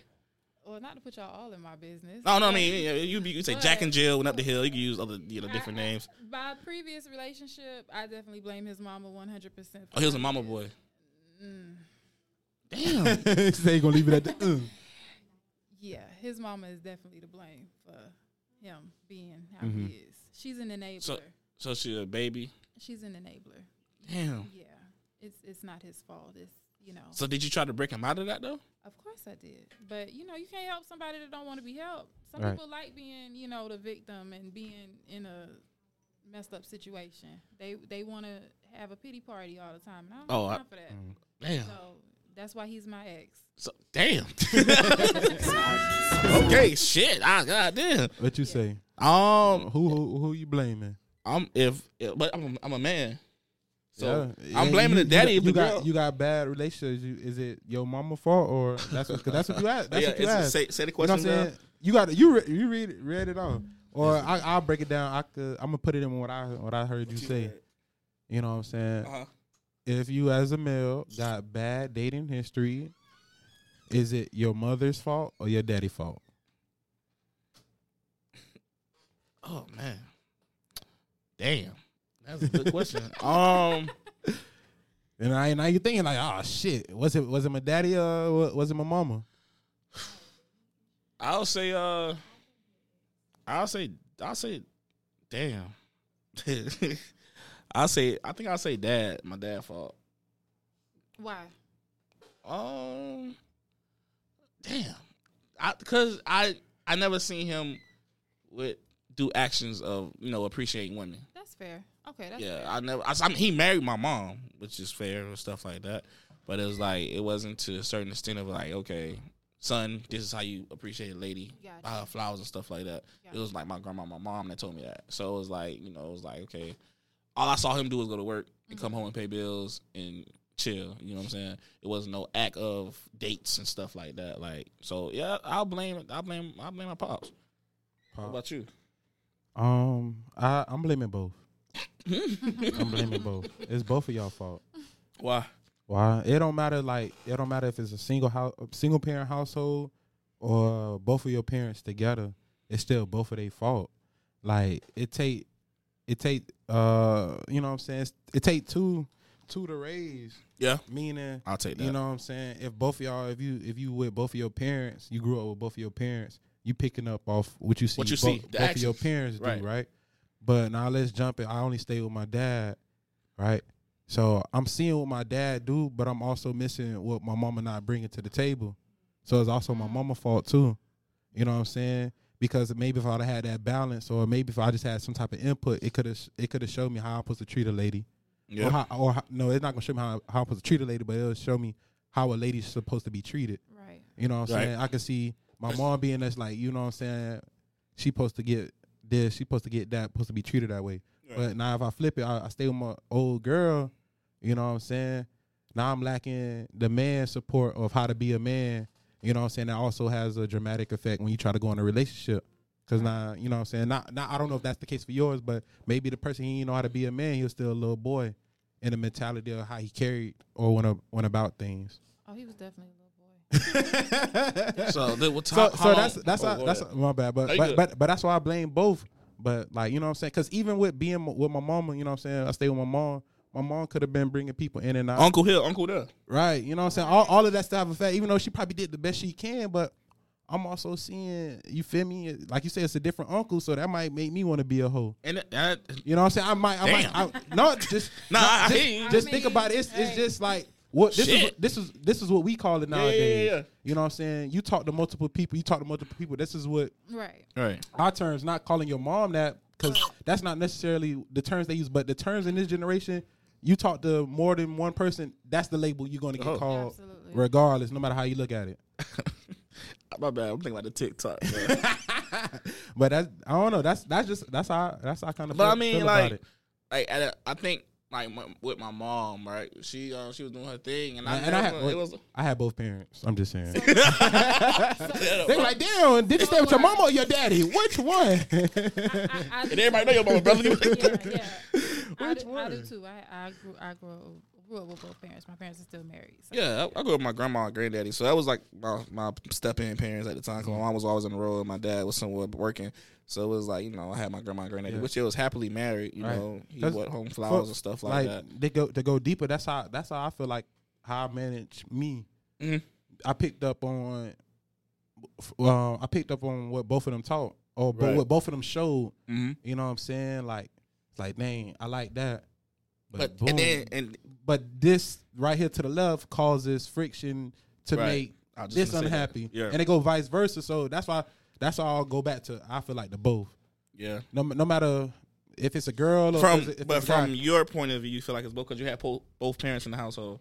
Well, not to put y'all all in my business.
No, no. I
but
mean, yeah, you be you say Jack and Jill went up the hill. You can use other you know different names.
my previous relationship, I definitely blame his mama one hundred percent.
Oh, he was a mama boy. Damn.
[LAUGHS] they gonna leave it at the. Uh.
[LAUGHS]
Yeah, his mama is definitely to blame for him being how
Mhm.
he is. She's an enabler.
Mm-hmm. So- [LAUGHS] so she a baby.
She's an enabler.
Damn.
Yeah, it's it's not his fault. It's you know,
So did you try to break him out of that though?
of course I did, but you know, you can't help somebody that don't want to be helped. Some
Right.
people like being you know the victim and being in a messed up situation. They they want to have a pity party all the time. And I don't
Oh, I-
have time for that.
Damn.
So that's why he's my ex.
[LAUGHS] So damn. okay, shit. I god damn.
What you say?
Um,
Who who who you blaming?
I'm if, if- but I'm I'm a man. So
Yeah.
I'm
Yeah,
blaming
you-
the daddy
You
if
got,
the
you, got,
girl.
you got bad relationships. You, is it your mama fault or that's what? 'cause that's what you asked. That's
yeah,
what you
it's-
asked.
say, say the
You know
question. uh,
what I'm saying? You got it. You re- you read it, read it on, or I, I'll break it down. I could. I'm gonna put it in what I what I heard you say. You know what I'm saying?
Uh huh.
If you as a male got bad dating history, is it your mother's fault or your daddy fault?
Oh man. Damn. That's a good question. [LAUGHS] um.
And I now you're thinking like, oh shit, was it was it my daddy or wa- was it my mama?
I'll say uh I'll say I'll say damn. [LAUGHS] I'll say I think I'll say dad, my dad fault.
Why?
Um damn. I cuz I I never seen him with do actions of, you know, appreciating women.
That's fair. Okay, that's
yeah,
fair.
I never I, s- I mean he married my mom, which is fair and stuff like that. But it was like it wasn't to a certain extent of like, okay, son, this is how you appreciate a lady.
Gotcha.
Buy her flowers and stuff like that.
Gotcha.
It was like my grandma, my mom that told me that. So it was like, you know, it was like, okay. All I saw him do was go to work and
Mm-hmm.
come home and pay bills and chill. You know what I'm saying? It wasn't no act of dates and stuff like that. Like so yeah, I'll blame I blame I blame my pops. How about you?
Um, I I'm
[LAUGHS]
blaming both. I'm blaming both. It's both of y'all fault.
Why?
Why? It don't matter. Like it don't matter if it's a single house, single parent household, or both of your parents together. It's still both of their fault. Like it take, it take. Uh, you know what I'm saying? It's- It take two, two to raise.
Yeah.
Meaning,
I'll take that.
you know what I'm saying? If both of y'all, if you if you with both of your parents, you grew up with both of your parents, you picking up off what you see.
What you
bo-
see, the
both of your
actions.
parents
Right.
do, right? But now let's jump it. I only stay with my dad, right? So I'm seeing what my dad do, but I'm also missing what my mama not bringing to the table. So it's also my mama fault too. You know what I'm saying? Because maybe if I'd have had that balance, or maybe if I just had some type of input, it could have it could have showed me how I'm supposed to treat a lady. Or,
yeah.
how, or how, no, it's not gonna show me how, how I'm supposed to treat a lady, but it'll show me how a lady's supposed to be treated.
Right.
You know what I'm
Right.
saying? I can see my mom being that's like, you know what I'm saying? She supposed to get this, she supposed to get that, supposed to be treated that way. But now if I flip it, I, I stay with my old girl, you know what I'm saying? Now I'm lacking the man support of how to be a man. You know what I'm saying? That also has a dramatic effect when you try to go in a relationship. Cause now, you know what I'm saying? Not, not I don't know if that's the case for yours, but maybe the person he didn't know how to be a man, he was still a little boy in the mentality of how he carried or went, a, went about things. [LAUGHS]
Oh, he was definitely a
[LAUGHS]
little boy.
So, the, what
[LAUGHS] So,
time,
so that's that's
oh,
why-
go
that's
ahead.
my bad,
No,
but
you
but,
good.
but but that's why I blame both. But like you know what I'm saying, because even with being m- with my mama, you know what I'm saying, I stay with my mom. My mom could have been bringing people in and out,
Uncle Hill, Uncle there.
right? You know what I'm saying. All, all of that stuff, in fact, even though she probably did the best she can, but I'm also seeing you feel me, like you say, it's a different uncle, so that might make me want to be a hoe.
And that,
You know what I'm saying? I might, I
Damn.
might, I, no, just
Nah,
no,
I
just,
hear you.
just
I
think
mean,
about it. It's, it's
hey.
just like what this is.
Shit.
This is this is what we call it
yeah,
nowadays.
yeah.
You know what I'm saying? You talk to multiple people. You talk to multiple people. This is what
Right.
right.
our terms. Not calling your mom that because that's not necessarily the terms they use. But the terms in this generation, you talk to more than one person. That's the label you're going to get
Oh.
called,
Absolutely.
regardless, no matter how you look at it. [LAUGHS]
My bad. I'm thinking about the TikTok. man. [LAUGHS]
But that's I don't know. That's that's just that's how that's how I kind of.
but
feel,
I mean,
feel about
like,
it.
like at a, I think like my, with my mom, right? She uh, she was doing her thing, and I,
and I had,
never- it was.
I had both parents. I'm just saying. They
and
were like, damn, did you stay with your mama or your daddy?
[LAUGHS]
Which one?
I, I do
everybody know your mama, brother.
[LAUGHS]
[LAUGHS] yeah, yeah. I,
Which
do, I do
one?
too. I, I grew I grew grew up with both parents. My parents are still married. So.
yeah, I, I grew up with my grandma and granddaddy, so that was like my, my step in parents at the time. Cause my mom was always on the road, and my dad was somewhere working, so it was like you know I had my grandma and granddaddy,
Yeah.
which it was happily married. You
Right.
know, he
That's-
brought home flowers and stuff like, that.
They go to go deeper. That's how that's how I feel like how I manage me.
Mhm.
I picked up on. Uh, I picked up on what both of them taught, or bo-
Right.
what both of them showed.
Mm-hmm.
You know what I'm saying? Like, it's like, dang, I like that.
But
But, boom.
and then and
but this right here to the left causes friction to
Right.
make
I was just
this
gonna say that.
unhappy,
Yeah.
and they go vice versa. So that's why that's why I'll go back to. I feel like the both.
yeah.
No, no matter if it's a girl or if
From
it's, if
but
it's a guy.
from your point of view, you feel like it's both because you have po- both parents in the household.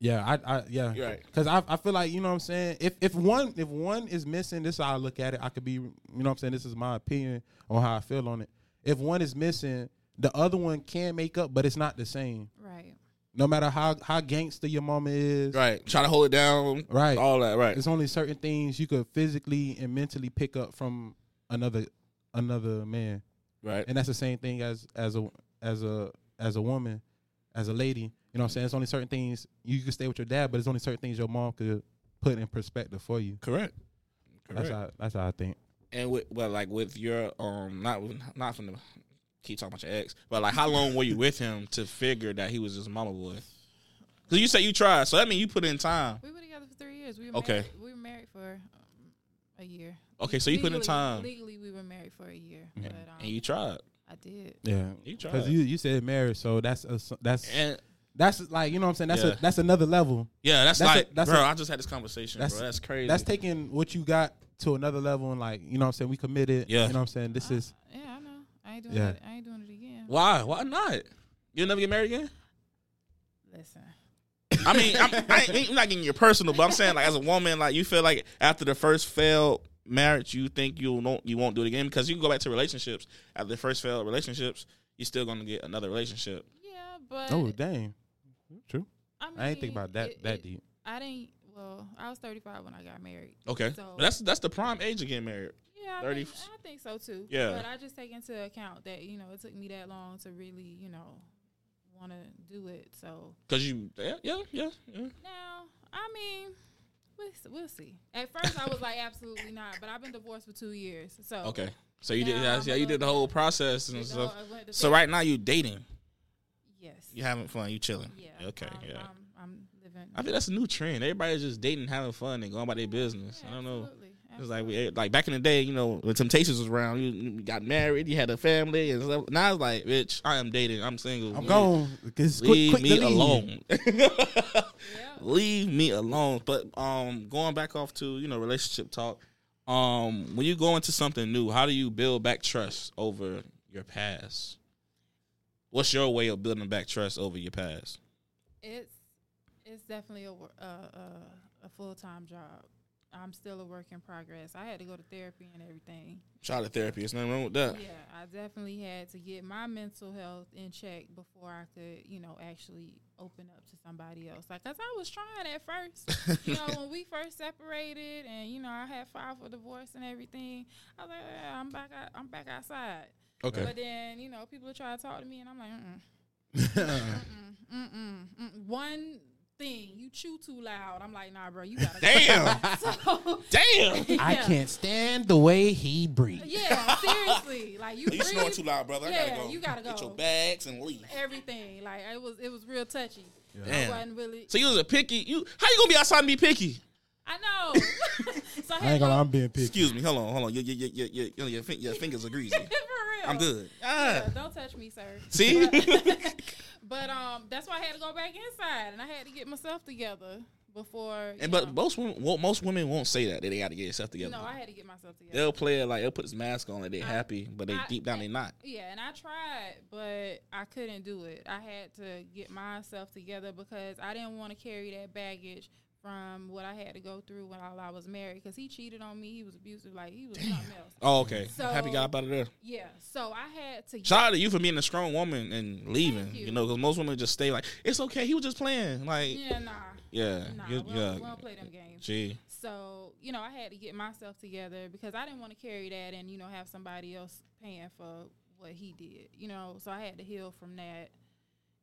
yeah, I, I yeah,
You're right.
Because I, I feel like you know what I'm saying. If if one if one is missing, this is how I look at it. I could be you know what I'm saying. This is my opinion on how I feel on it. If one is missing, the other one can make up, but it's not the same.
Right.
No matter how how gangster your mama is,
Right. Trying to hold it down.
Right.
All that. Right.
There's only certain things you could physically and mentally pick up from another another man,
Right.
and that's the same thing as as a as a as a woman, as a lady. You know what I'm saying? It's only certain things you can stay with your dad, but it's only certain things your mom could put in perspective for you.
Correct.
That's how that's how I think.
And with well, like with your um, not not from the keep talking about your ex, but like how long were you with him to figure that he was his mama boy? Because you say you tried, so that means you put in time.
We were together for three years. We were
Okay.
Married, we were married for um, a year.
Okay, so you put in
Legally-
time.
Legally, we were married for a year.
Yeah.
But, um,
and you tried.
I did.
Yeah,
You tried.
because you you said marriage, so that's a, that's
and
that's like you know what I'm saying. That's
Yeah.
a, that's another level.
yeah, that's,
That's a-
like,
that's
bro.
a-
I just had this conversation,
that's-
bro. That's crazy.
That's taking what you got to another level, and like you know what I'm saying. We committed.
Yeah.
you know what I'm saying. This
I-
is
Yeah, I know. I ain't doing
Yeah.
it. I ain't doing it again.
why? Why not? You'll never get married again.
Listen.
I mean, I'm, I ain't, I'm not getting your personal, but I'm saying like as a woman, like you feel like after the first failed marriage, you think you'll not you won't do it again because you can go back to relationships after the first failed relationships, you're still gonna get another relationship.
Yeah, but
oh dang, true.
I, mean,
I ain't think about that
it-
that
it-
deep.
I didn't. Well, I was 35 when I got married.
Okay,
So-
but that's that's the prime age of getting married.
Yeah, I,
30
think, I think so too.
Yeah.
But I just take into account that, you know, it took me that long to really, you know, want to do it. So
Cause you, yeah, yeah, yeah, yeah.
now, I mean, we'll, s- we'll see. At first, I was like, absolutely not. But I've been divorced for two years. So,
Okay, so you did,
Nah,
yeah,
I'm
yeah,
a
you did the
little-
whole process
you
and
know,
stuff.
I went to
So
therapy.
right now you dating,
Yes.
you having fun, you chilling.
Yeah. Um,
Okay,
I'm,
yeah.
I'm, I'm living.
I think that's a new trend. Everybody's just dating, having fun, and going about their business.
Yeah,
I don't know.
absolutely,
It's like
absolutely.
we like back in the day, you know, when Temptations was around, you, you got married, you had a family, and stuff. now it's like, bitch, I am dating, I'm single.
I'm
Leave-
gone. Cause
Leave
quick, quick
me
to leave.
alone.
[LAUGHS]
Yeah.
leave me alone. But um, going back off to you know relationship talk, um, when you go into something new, how do you build back trust over your past? What's your way of building back trust over your past?
It's it's definitely a wor- a, a, a full time job. I'm still a work in progress. I had to go to therapy and everything.
Shout out to therapy. There's nothing wrong with that.
Yeah, I definitely had to get my mental health in check before I could, you know, actually open up to somebody else. Like, cause I was trying at first. you know, when we first separated, and you know, I had filed for divorce and everything. I was like, "Ah, I'm back, out, I'm back outside.
Okay.
But then, you know, people try to talk to me, and I'm like, mm. Mm-mm, mm-mm, mm-mm. One thing, you chew too loud. I'm like, nah, bro, you
[LAUGHS]
gotta
Damn.
[LAUGHS] So,
Damn.
yeah.
I can't stand the way he breathes.
Yeah, seriously. Like you,
You snoring
breathe
too loud, brother. I
Yeah,
gotta go.
you gotta
Get
go.
your bags and leave.
everything. Like it was it was real touchy. I
Damn.
wasn't really
So you was a picky. You how you gonna be outside and be picky?
I know. [LAUGHS] so I
I
had
ain't gonna.
no, [LAUGHS]
I'm being picky.
Excuse me. Hold on. Hold on. Your your your your, your, your, fin- your fingers are greasy.
for real.
I'm good.
Yeah,
Ah.
don't touch me, sir.
See. [LAUGHS]
But um that's why I had to go back inside and I had to get myself together before you
and but
know-
most women, well, most women won't say that. that They got to get themselves together.
No, I had to get myself together.
They'll play it like they'll put this mask on like they're
I-
happy, but they
I-
deep down they not.
Yeah, and I tried, but I couldn't do it. I had to get myself together because I didn't want to carry that baggage from what I had to go through when I was married. Because he cheated on me, he was abusive, like he was something else.
Oh, okay.
So-
happy got up out of there.
Yeah, so I had to.
Shout out to you for being a strong woman and leaving. You.
you.
know, because most women just stay like it's okay. He was just playing. Like
yeah, nah,
yeah,
nah,
you-
we,
yeah.
don't, we don't play them games.
Gee,
So you know, I had to get myself together because I didn't want to carry that and you know have somebody else paying for what he did. You know, so I had to heal from that,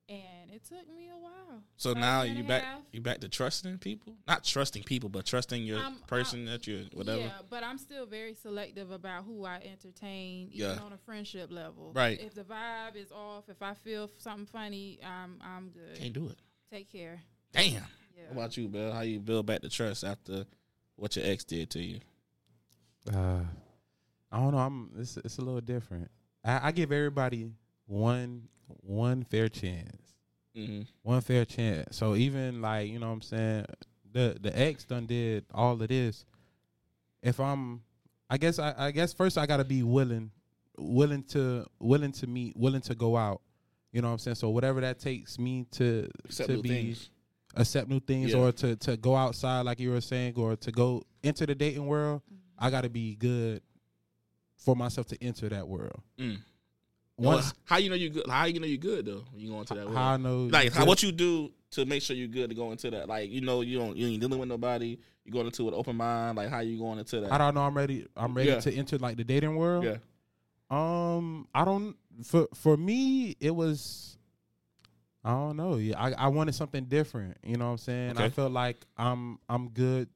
and it took me a while.
so
About a
now
year and
you
a
back
half.
you back to trusting people, not trusting people, but trusting your
Um, I-
person that you're whatever.
Yeah, but I'm still very selective about who I entertain, even
Yeah.
on a friendship level.
Right.
If the vibe is off, if I feel something funny, I'm I'm good.
Can't do it.
Take care.
Damn.
Yeah.
How about you, Bill? How you build back the trust after what your ex did to you?
Uh, I don't know. I'm it's it's a little different. I, I give everybody one one fair chance.
Mm-hmm.
one fair chance. So even like, you know what I'm saying, the the ex done did all of this. If I'm I guess I, I guess first I gotta be willing willing to willing to meet, willing to go out. You know what I'm saying? So whatever that takes me to
Except
to
little
be
things.
accept new things
Yeah.
or to, to go outside like you were saying or to go into the dating world, I gotta be good for myself to enter that world.
Mm.
Once
how you know you good? How you know you good though? When you go into that world?
how I know
like how, what you do to make sure you're good to go into that? Like you know you don't you ain't dealing with nobody. You going into an open mind. Like how you going into that?
I don't know I'm ready I'm ready
Yeah.
to enter like the dating world.
yeah.
Um, I don't for for me it was I don't know. Yeah, I, I wanted something different. You know what I'm saying? I
Okay.
felt like I'm I'm good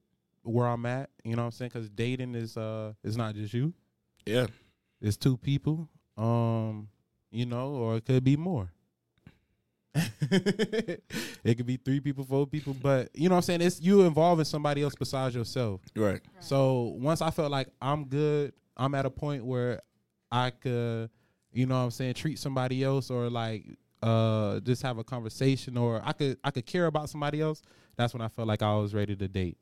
where I'm at. You know what I'm saying? Because dating is uh it's not just you.
Yeah.
It's two people. Um, you know, or it could be more. [LAUGHS] it could be three people, four people, but you know what I'm saying? It's you involving somebody else besides yourself.
Right.
Right.
So once I felt like I'm good, I'm at a point where I could, you know what I'm saying, treat somebody else or like uh just have a conversation or I could I could care about somebody else, that's when I felt like I was ready to date.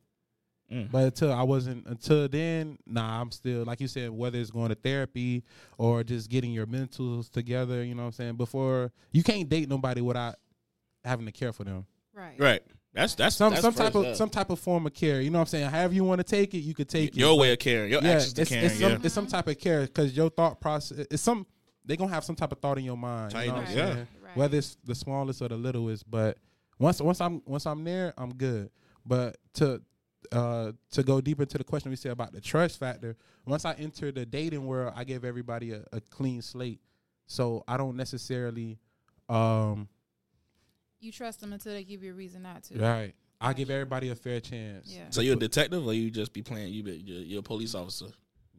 Mm.
But until I wasn't until then, nah, I'm still like you said, whether it's going to therapy or just getting your mentals together, you know what I'm saying? Before you can't date nobody without having to care for them
Right.
Right. That's that's
some
that's
some
first
type of
love.
some type of form of care. You know what I'm saying? However you want to take it, you could take it.
your way of caring, your actions to
it's,
caring.
it's
yeah.
some it's some type of care because your thought process it's some they gonna have some type of thought in your mind. You know what I'm
Right.
saying?
Yeah.
Right.
Whether it's the smallest or the littlest, but once once I'm once I'm there, I'm good. But to uh to go deeper into the question we said about the trust factor, once I enter the dating world, I give everybody a, a clean slate. So I don't necessarily um
You trust them until they give you a reason not to.
right. I give everybody a fair chance.
Yeah.
so you're a detective, or you just be playing? You be, you're, you're a police officer.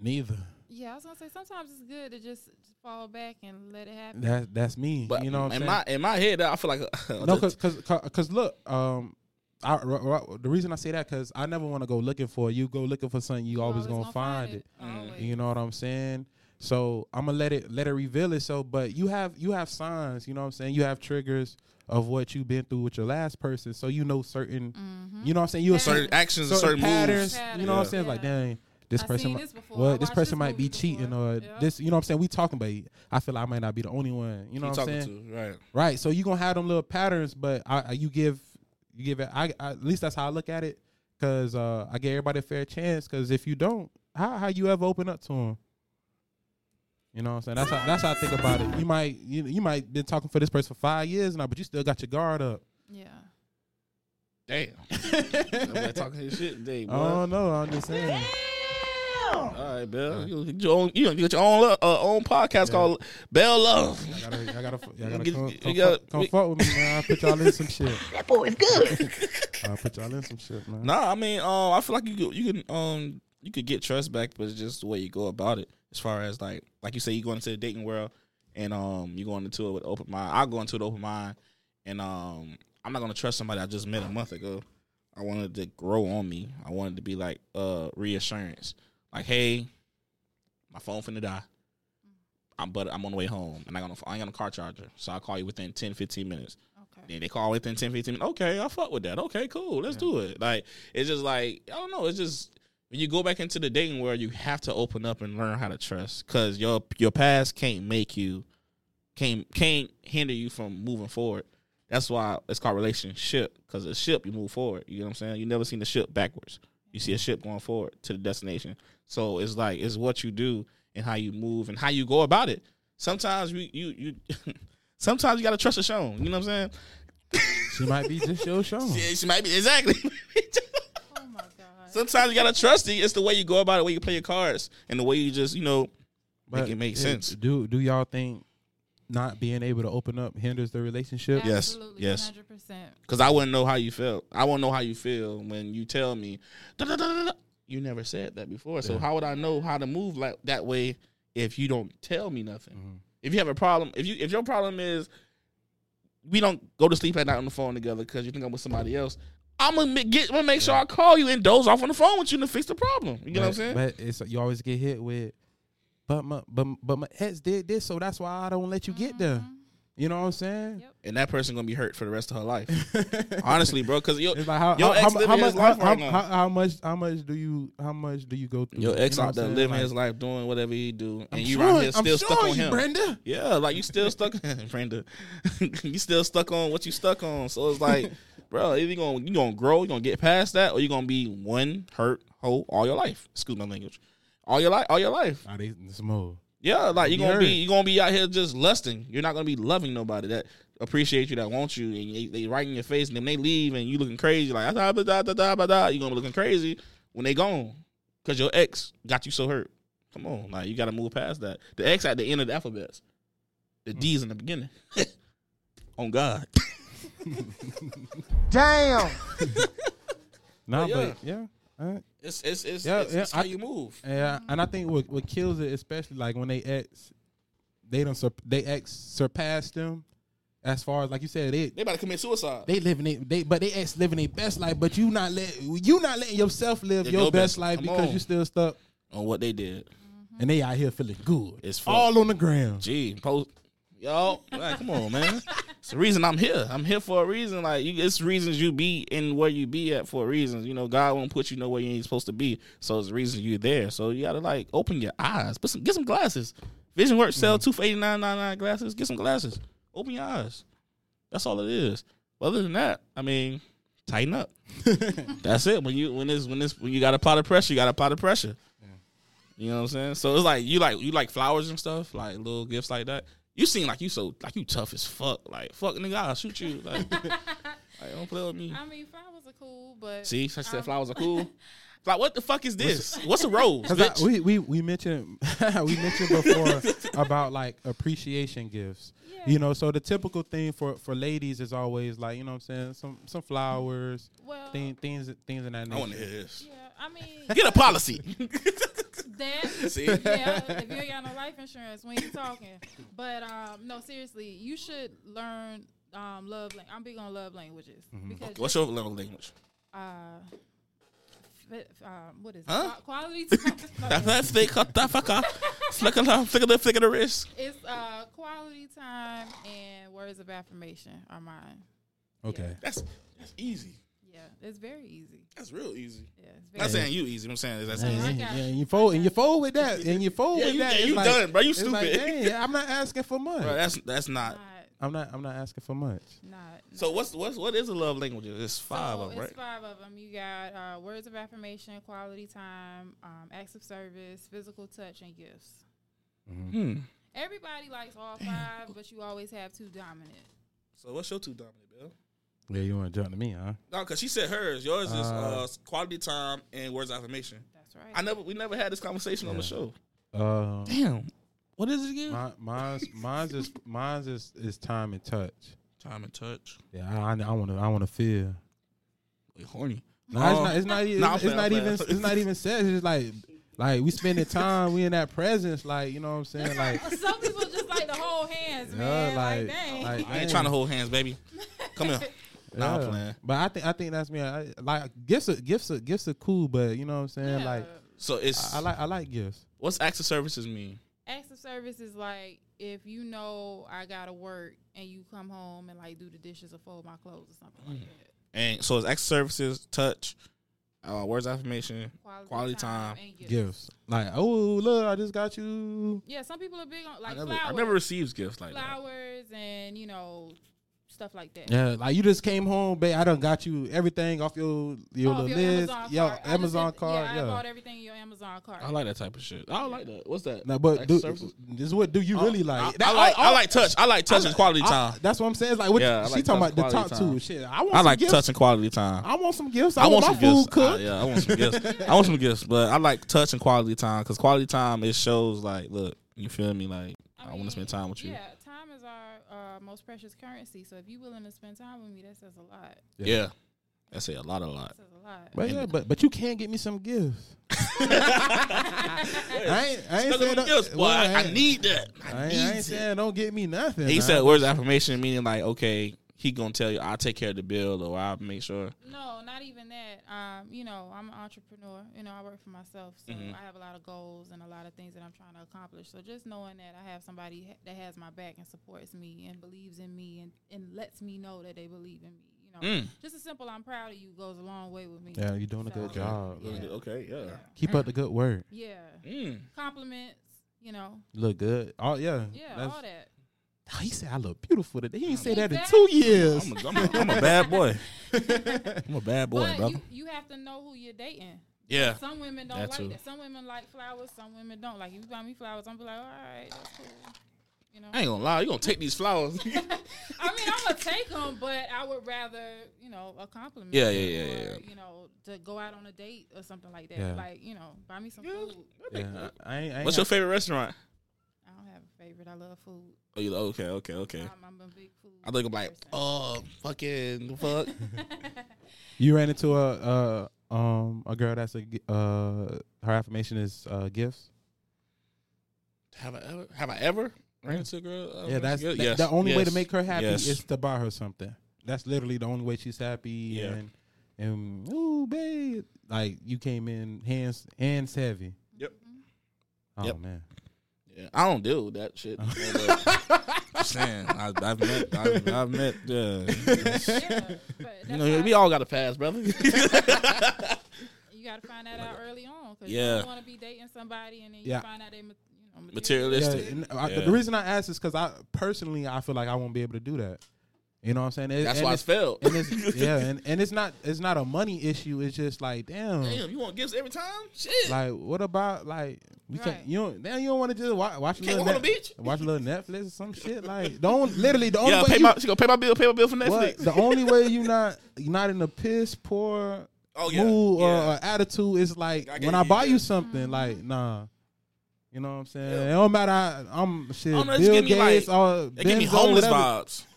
Neither.
Yeah, I was gonna say sometimes it's good to just fall back and let it happen.
That that's me.
But
you know what I'm
in
saying?
my in my head, I feel like [LAUGHS] a,
no, cause, cause, 'cause- 'cause look, um, I, r- r- the reason I say that cause I never want to go looking for it. you. Go looking for something, you
You
always, gonna, find it.
Mm.
Always.
You know what I'm saying? So I'm gonna let it let it reveal itself. But you have you have signs. You know what I'm saying? You have triggers of what you've been through with your last person, so you know certain.
Mhm.
You know what I'm saying? You a
certain
certain,
actions,
certain,
certain,
patterns.
moves.
You know what I'm
Yeah.
saying? Like,
Yeah.
dang, this
I
person.
seen
might-
this before. I
well, this
watched
person might be
movie
cheating,
before.
or
Yep.
this. You know what I'm saying? We talking, but I feel like I might not be the only one. You know
Who
what I'm saying?
talking to? Right.
Right. So you gonna have them little patterns, but I, I you give you give it. I, I at least that's how I look at it. Cause uh, I give everybody a fair chance. Cause if you don't, how how you ever open up to them? You know what I'm saying? That's how that's how I think about it. You might you you might been talking for this person for five years now, but you still got your
[LAUGHS]
guard up.
Yeah.
Damn. Nobody
[LAUGHS]
talking his shit today, boy.
Oh no, I'm just saying.
All right, Bell. You get your own. You gonna get your own lo- uh, own podcast
Yeah.
called Bell Love.
I gotta, I gotta, y'all gotta
Get-
come,
you
come,
gotta-
fuck, come fuck with me, man. I put y'all in some shit.
That boy is good.
[LAUGHS] I put y'all in some shit, man.
Nah, I mean, um, I feel like you could, you can um you could get trust back, but it's just the way you go about it. As far as like like you say, you going into the dating world, and um you going into it with open mind. I go into it open mind, and um I'm not gonna trust somebody I just met a month ago. I wanted to grow on me. I wanted to be like uh reassurance, like hey, my phone finna die. I'm but I'm on the way home, and I gonna I ain't got a car charger, so I'll call you within 10, 15 minutes.
Okay.
Then they call within 10, 15 minutes. Okay, I fuck with that. Okay, cool. Let's do it. Like, it's just like, I don't know. It's just when you go back into the dating world, you have to open up and learn how to trust. Cause your your past can't make you can't can't hinder you from moving forward. That's why it's called relationship. Cause a ship, you move forward. You know what I'm saying? You never seen the ship backwards. You see a ship going forward to the destination. So it's like it's what you do and how you move and how you go about it. Sometimes we you [LAUGHS] you sometimes you gotta trust a shown. You know what I'm saying?
She might be just your show.
Hmm. Yeah, she might be exactly. [LAUGHS]
Oh my god.
Sometimes you gotta trust it. It's the way you go about it, the way you play your cards, and the way you just you know make it make
is-
sense.
Do do y'all think not being able to open up hinders the relationship?
Yeah. Yes,
Absolutely,
yes.
100%.
Because I wouldn't know how you felt. I won't know how you feel when you tell me. "Da-da-da-da-da." You never said that before, so
Yeah.
how would I know how to move like that way if you don't tell me nothing?
Mhm.
If you have a problem, if you if your problem is we don't go to sleep at night on the phone together because you think I'm with somebody else. I'm gonna get. I'm gonna make sure I call you and doze off on the phone with you to fix the problem. You know what I'm saying?
But it's you always get hit with, but my but but my ex did this, so that's why I don't let you get there. You know what I'm saying?
Yep.
and that person gonna be hurt for the rest of her life.
[LAUGHS]
Honestly, bro, because your
It's like how,
Your
how,
ex
how,
living
how
his
much
life
how,
right
how,
now.
how much how much do you how much do you go through?
your ex
You know
out
what
there
I'm saying?
living
Like,
his life doing whatever he do, and
I'm
you
showing-
right here
I'm
still stuck
showing
on
you,
him.
Brenda.
Yeah, like you still
[LAUGHS]
stuck, [LAUGHS] Brenda. you still stuck on what you stuck on. So it's
[LAUGHS]
like, bro, either you gonna you gonna grow, you gonna get past that, or you gonna be one hurt hoe all your life. Excuse my language. All your life, all your life.
Nah, they smooth.
Yeah, like you're
You
gonna be
heard.
you're gonna be out here just lusting. You're not gonna be loving nobody that appreciate you, that wants you, and they, they right in your face, and then they leave, and you looking crazy like "Ah, da da da da da da. da. You gonna be looking crazy when they gone because your ex got you so hurt. Come on, like you gotta move past that. The X at the end of the alphabets, the
Hmm.
D's in the beginning. [LAUGHS] on God,
Nah,
Oh, yeah.
but yeah. alright.
it's it's it's,
Yeah,
it's,
yeah,
it's how
I-
you move.
Yeah, and I think what what kills it, especially like when they ex, they don't sur- they ex surpassed them, as far as like you said it.
They about to commit suicide.
They living it, they but they ex living their best life, but you not let you not letting yourself live
Yeah,
your,
your best.
best, life
Come
because
on.
you still stuck,
on what they did.
and they out here feeling good.
It's fucked.
all on the ground.
Gee, post y'all. Like, come on, man. It's the reason I'm here. I'm here for a reason. Like, you, it's reasons you be in where you be at for a reason. You know, God won't put you nowhere you ain't supposed to be. So it's the reason you there. So you gotta like open your eyes. Put some, get some glasses. Vision Works sell two for eighty nine nine nine glasses. Get some glasses. Open your eyes. That's all it is. Other than that, I mean, tighten up. That's it. When you when it's when it's when you got to apply the pressure, you got to apply the pressure. You know what I'm saying? So it's like you like you like flowers and stuff, like little gifts like that. You seem like you so like you tough as fuck. Like fuck nigga, I'll shoot you. Like, like don't play with me.
I mean, flowers are cool, but
See, I said
um,
flowers are cool. Like what the fuck is this? What's a rose?
'Cause
Bitch?
I- we, we we mentioned [LAUGHS] we mentioned before about like appreciation gifts. You
Yeah.
know, so the typical thing for for ladies is always like, you know what I'm saying, some some flowers,
well,
thing, things things in that
I want to
nature.
hear this.
yeah, I mean,
Get a policy.
that
See,
yeah, if you ain't got no life insurance, when you talking. But um, no, seriously, you should learn um, love. Lang- I'm big on love languages
Mm-hmm.
because
what's your love language?
uh, f- um, what is it?
Huh?
Qua- quality
[LAUGHS]
time?
That that flick, cut that fucker, flick of the flick of the flick of the wrist.
it's uh, quality time and words of affirmation are mine.
Okay.
That's that's easy.
Yeah, it's very easy.
That's real easy.
Yeah, it's
Not
very.
saying you easy. I'm saying that's
Yeah,
easy.
yeah,
I got
yeah,
you.
and you fold and you fold with that, and you fold
Yeah,
with
you-
that.
yeah,
it's
you
like,
done, bro. You
it's like,
stupid.
dang, I'm not asking for much.
Bro, that's that's not.
Not,
I'm not. I'm not asking for much.
not.
So what's what's what is a love language? It's five
so
of 'em, right?
It's five of them. You got uh, words of affirmation, quality time, um, acts of service, physical touch, and gifts.
Hmm.
Everybody likes all five, but you always have two dominant.
So what's your two dominant, Bill?
Yeah, you want to jump to me, huh?
No, because she said hers. Yours is uh,
Uh,
quality time and words of affirmation.
That's right.
I never we never had this conversation on the
Yeah.
show. [LAUGHS]
Uh,
Damn. What is it again?
my, mine's mine's is mine's is, is time and touch.
time and touch.
Yeah, I I want to I want to feel.
Wait, horny.
No,
Um,
it's not. It's
nah, I'm
not, it's,
playing,
it's not
I'm
even.
playing.
It's not
[LAUGHS]
even sex. It's just like, like we spending time. We in that presence. Like you know what I'm
[LAUGHS]
saying. Like,
Some people just like to
[LAUGHS]
hold hands,
Yeah,
man. like,
like-
dang.
like-
I ain't
Damn.
trying to hold hands, baby. Come
[LAUGHS]
here. Nah, I'm
yeah.
playing.
But I think I think that's me. I, like gifts. Are, gifts. Are, gifts are cool. But you know what I'm saying.
Yeah.
Like
So it's
I, I like. I like gifts.
what's acts of services mean?
acts of service is like if you know I gotta work and you come home and like do the dishes or fold my clothes or something like
Mm.
that.
And so it's acts of services, touch, uh, words of affirmation,
Quality,
Quality time.
and gifts.
Gifts. Like oh look, I just got you.
Yeah, some people are big on
I
like
never,
flowers,
I never received gifts like that.
flowers, and you know stuff like that.
Yeah, like you just came home, babe. I done got you everything off your your
Oh,
little
your
list.
Amazon
Yo,
card. I just
Amazon
did-
card.
Yeah, I
Yeah.
bought everything in your Amazon card.
I like that type of shit. I don't like that. What's that?
Now, but
Acts of
do,
services?
this is what do you really like?
I, I
That-
like
oh,
I
oh,
like touch. I like touch and quality
I-
time.
that's what I'm saying. It's like what
Yeah, I
she
like
talking
touch
about the top
quality time.
two. Shit, I want.
I
some
like
gifts.
touch and quality time.
I want some gifts. I,
I want
my
some gifts.
food cooked.
I, yeah, I want some
[LAUGHS]
gifts. I want some gifts, but I like touch and quality time because quality time it shows like, look, you feel me? Like I, want
mean,
to spend time with you.
Yeah, time is our uh, most precious currency. So if you're willing to spend time with me, that says a lot.
Yeah. I say a lot, a lot.
That says a lot.
But yeah, but but you can get me some gifts. I ain't, I ain't
Look
saying
at them gifts,
don't-
boy.
well,
I, I
ain't-
need that. I,
I ain't,
need
I ain't
it.
saying don't get me nothing.
He
nah.
said words of affirmation, meaning like, okay, he gonna tell you, I'll take care of the bill or I'll make sure.
No, not even that. Um, you know, I'm an entrepreneur. You know, I work for myself, so
Mhm.
I have a lot of goals and a lot of things that I'm trying to accomplish. So just knowing that I have somebody ha- that has my back and supports me and believes in me and, and lets me know that they believe in me. You know,
Mm.
just a simple "I'm proud of you" goes a long way with me.
Yeah, you're doing a good
So,
job.
Yeah.
Okay, yeah.
Keep up the good work.
Yeah,
Mm.
compliments. You know,
You look good. Oh yeah.
yeah,
That's-
all that.
he said I look beautiful today. He ain't say that in
Exactly.
two years.
I'm a, I'm, a, I'm a bad
[LAUGHS]
boy. I'm a bad boy,
but
brother.
you, you have to know who you're dating.
yeah.
Some women don't
That
like
too.
that. Some women like flowers. Some women don't like. If you buy me flowers, I'm be like, all right, that's cool. You know,
I ain't gonna lie, you gonna take these flowers. [LAUGHS]
I mean, I'm gonna take them, but I would rather, you know, a compliment.
Yeah, yeah, yeah,
or,
yeah,
You know, to go out on a date or something like that.
Yeah.
Like, you know, buy me some
Yeah.
food.
Yeah, I I ain't, I ain't
What's your favorite restaurant?
I don't have a favorite. I love food.
Oh, you okay, okay, okay.
I'm, I'm a big food.
I think I'm like,
person.
oh, fucking fuck.
You ran into a uh um a girl that's a g- uh her affirmation is uh gifts.
have I ever? Have I ever ran into a girl? uh,
yeah, that's
girl?
that-
Yes,
the only way to
yes,
make her happy
yes.
is to buy her something. That's literally the only way she's happy.
Yeah.
And and ooh, babe, like you came in hands hands heavy.
Yep.
Oh
Yep.
man.
Yeah, I don't deal with that
[LAUGHS]
shit. I'm saying I, I've met, I've, I've met. Yeah,
[LAUGHS]
[LAUGHS] yeah, but
you
that's
know,
why
we all got to pass, brother. [LAUGHS]
you got to find that out early on because
Yeah.
you don't want to be dating somebody and then you
Yeah.
find out they, ma- you know,
Yeah,
Materialistic.
and I,
Yeah.
The reason I asked is because I personally I feel like I won't be able to do that. You know what I'm saying? And-
That's
and
why it's
it's,
failed. [LAUGHS]
and it's, yeah, and, and it's not it's not a money issue. It's just like damn,
Damn, you want gifts every time? Shit.
like what about like we
Right.
can't you don't now you don't want to just watch, watch a
Can't
little
go on the
Net-
beach?
watch a little Netflix or some shit like don't
[LAUGHS]
literally the only
yeah,
way
pay
oh, you,
my. She gonna pay my bill. Pay my bill for
what,
Netflix.
the only
[LAUGHS]
way you not you not in a piss poor
Oh yeah.
mood uh, or,
yeah.
or attitude is like
I get
when I
you,
buy
yeah.
you something like nah. You know what I'm saying? It don't matter. I, I'm shit.
don't know, just
Bill
give me, like-
Gates or
They give me
Benzo,
homeless
whatever. [LAUGHS]
vibes. [LAUGHS]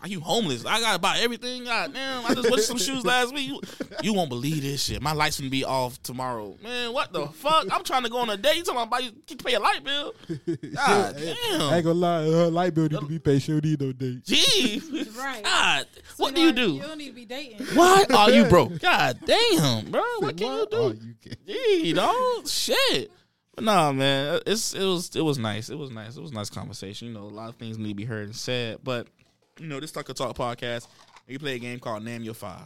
Are you homeless? I gotta buy everything. God damn! I just bought you some shoes last week. You, you won't believe this shit. My lights gonna be off tomorrow. Man, what the fuck? I'm trying to go on a date. You talking about you can pay a light bill? God
I ain't
Ah, damn!
gonna lie, her light bill need to be paid. She don't need no date.
Gee,
Right.
God,
So
Ah, what do you
now
do?
You don't need to be dating.
Why are
[LAUGHS]
you broke? God damn, bro. What can you do?
Oh, you can.
Gee, dog. Shit. But nah, man. It's it was it was nice. It was nice. It was a nice conversation. You know, a lot of things need to be heard and said. But you know, this Tucker Talk podcast, we play a game called Name Your Five.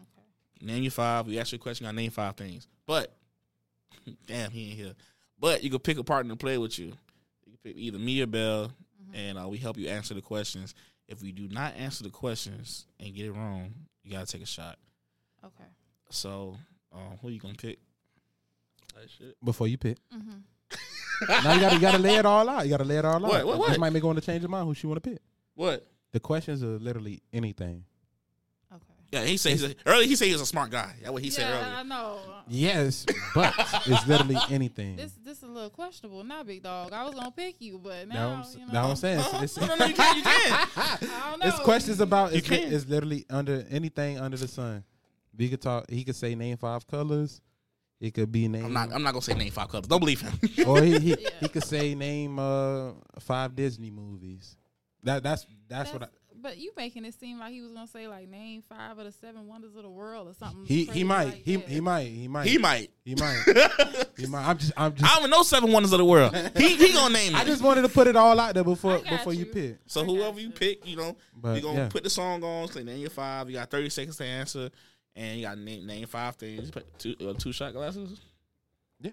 Okay.
Name your five. We ask you a question. I name five things. But [LAUGHS] damn, he ain't here. But you can pick a partner to play with you. You can pick either me or Bell, and uh, we help you answer the questions. If we do not answer the questions and get it wrong, you gotta take a shot.
Okay.
So, um, who you gonna pick? That shit.
Before you pick,
Mm-hmm.
now you gotta you gotta lay it all out. You gotta lay it all
[LAUGHS]
out.
What, what, what?
This might make her want to change her mind. Who she want to pick?
What?
The questions are literally anything.
Okay.
Yeah, he said he's a, earlier. He said he was a smart guy. That's what he said
yeah,
earlier.
I know.
Yes,
[LAUGHS]
but it's literally anything.
This this is a little questionable. Not big dog. I was gonna pick you, but
Now I'm,
now
s-
you
now
know.
I'm saying
Uh-huh.
it's,
no,
it's,
no, you can. You can. [LAUGHS]
I don't know.
it's questions about
You
it's, li-
can.
it's literally under anything under the sun. We could talk. He could say name five colors. It could be name.
I'm not. I'm not gonna say name five colors. Don't believe him.
[LAUGHS] or he he,
Yeah.
he could say name uh five Disney movies. That that's that's, what I,
But you making it seem like he was gonna say like name five of the seven wonders of the world or something.
he
crazy
he might
like
he
that.
he might he
[LAUGHS]
might
he might.
he might
[LAUGHS]
he might. I'm just I'm just
I don't know seven wonders of the world. He he gonna name it.
I just wanted to put it all out there before
I got
before you,
you.
pick.
so
I
whoever
got
you
you.
pick, you know,
But,
you gonna
yeah.
put the song on. Say name your five. You got 30 seconds to answer, and you got name name five things. Put two uh, two shot glasses.
Yeah.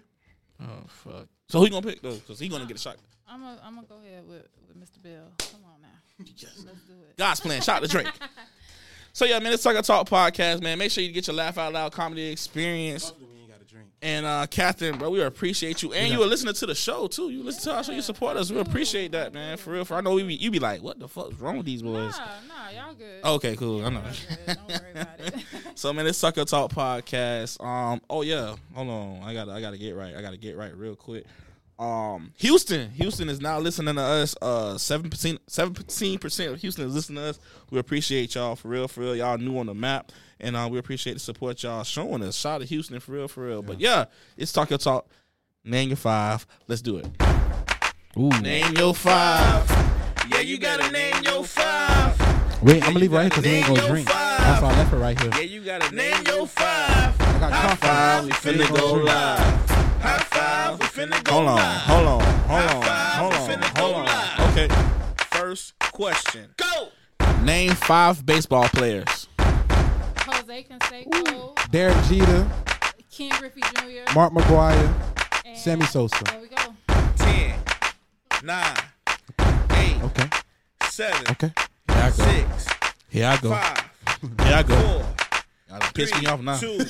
Oh fuck. So who you gonna pick though? Because he gonna get a shot.
I'm gonna I'm gonna go ahead with, with Mr. Bill. Come
[LAUGHS]
on now,
Yes.
let's do it.
God's plan. Shout out to Drake. So yeah, man, it's Talk Talk podcast, man. Make sure you get your laugh out loud comedy experience. And uh Catherine, bro, we appreciate you. And you were listening to the show too. You listen to our show, you support us. We appreciate that, man. For real. For I know we be, you be like, what the fuck's wrong with these
Nah,
boys?
nah, y'all good.
Oh.
Okay, cool. I know.
Y'all good. Don't worry about it. [LAUGHS]
So man, it's Sucker Talk podcast. Um, oh yeah, hold on, I got to I gotta get right. I gotta get right real quick. Um, Houston, Houston is now listening to us. Uh, seven percent, seventeen percent of Houston is listening to us. We appreciate y'all for real, for real. Y'all new on the map, and uh, we appreciate the support y'all showing us. Shout out to Houston for real, for real. But yeah, it's Talk Your Talk. Name your five. Let's do it.
Ooh.
Name your five. Yeah, you gotta name your five.
We, I'm gonna leave it right here because we ain't gonna drink. That's why I left it right here.
you gotta name your five.
I got
High five,
coffee.
we finna go live. High five, we finna go live. Hold on, hold on, hold on, hold on, hold on. Okay. First question. Go. Name five baseball players.
Jose Canseco,
Derek Jeter,
Ken Griffey Jr.,
Mark McGuire,
and
Sammy Sosa.
There we go.
10, 9, 8,
Okay,
7,
okay.
Here I
6,
Here I go.
5,
Here I go.
4,
Y'all piss me off now. [LAUGHS]
2, 1.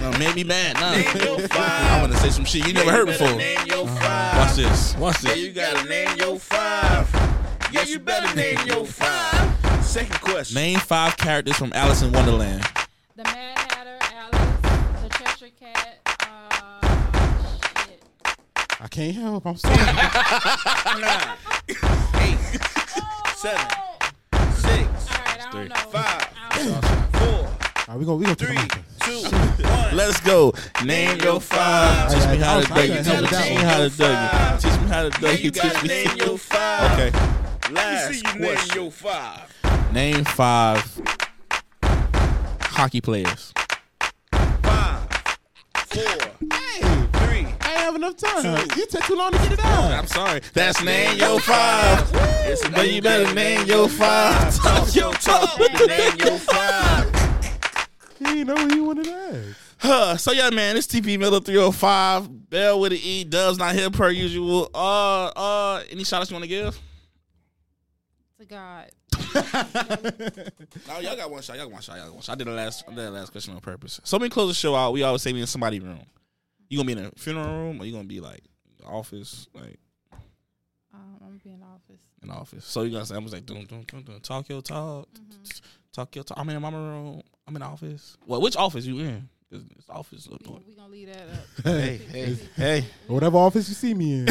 No, made me mad. Nah. [LAUGHS]
Name your five.
I'm gonna say some shit you never heard
You
before. Uh-huh.
better Name your
Watch
five.
this. Watch
Yeah,
this.
you gotta name your five. Yeah, you better name your five. Second question.
Name five characters from Alice in Wonderland.
The Mad Hatter, Alice, the Cheshire Cat. Uh, shit.
I can't help.
[LAUGHS]
I'm sorry.
Nine, eight, seven, six,
All right, I don't know.
Five.
I don't know.
four,
Are we gonna we gonna
three,
take a break.
two, one.
Let's go. Name your five. Teach me how to dug it. Teach me how to dug it. Teach me how to
Yeah,
dug
you
it. Teach
gotta
me.
name your five.
[LAUGHS] Okay.
Last see you name your five.
Name five hockey players.
Five, four,
Hey, I
three.
ain't have enough time.
Two.
You took too long to get it out.
I'm sorry. That's name your five.
It's a
But you better name your five. Talk your talk.
Name your five.
You ain't know what you wanted to ask.
Huh. So yeah, man, it's TP Miller 305. Bell with an E. Dubs not here per usual. Uh uh any shout outs you wanna give?
To God.
Oh, y'all got one shot. Y'all got one shot. Y'all got one shot. I did the last. I did the last question on purpose. So we close the show out. We always say we in somebody's room. You gonna be in a funeral room, or you gonna be like office, like
Um, I'm gonna be in the office.
in office. So you gonna say I was like, dun, dun, dun, dun, talk your talk, talk your talk. I'm in my room. I'm in the office. Well, which office you in? 'Cause It's the office.
We, we gonna leave that up.
Hey,
Hey, hey.
whatever office you
[LAUGHS]
see me in.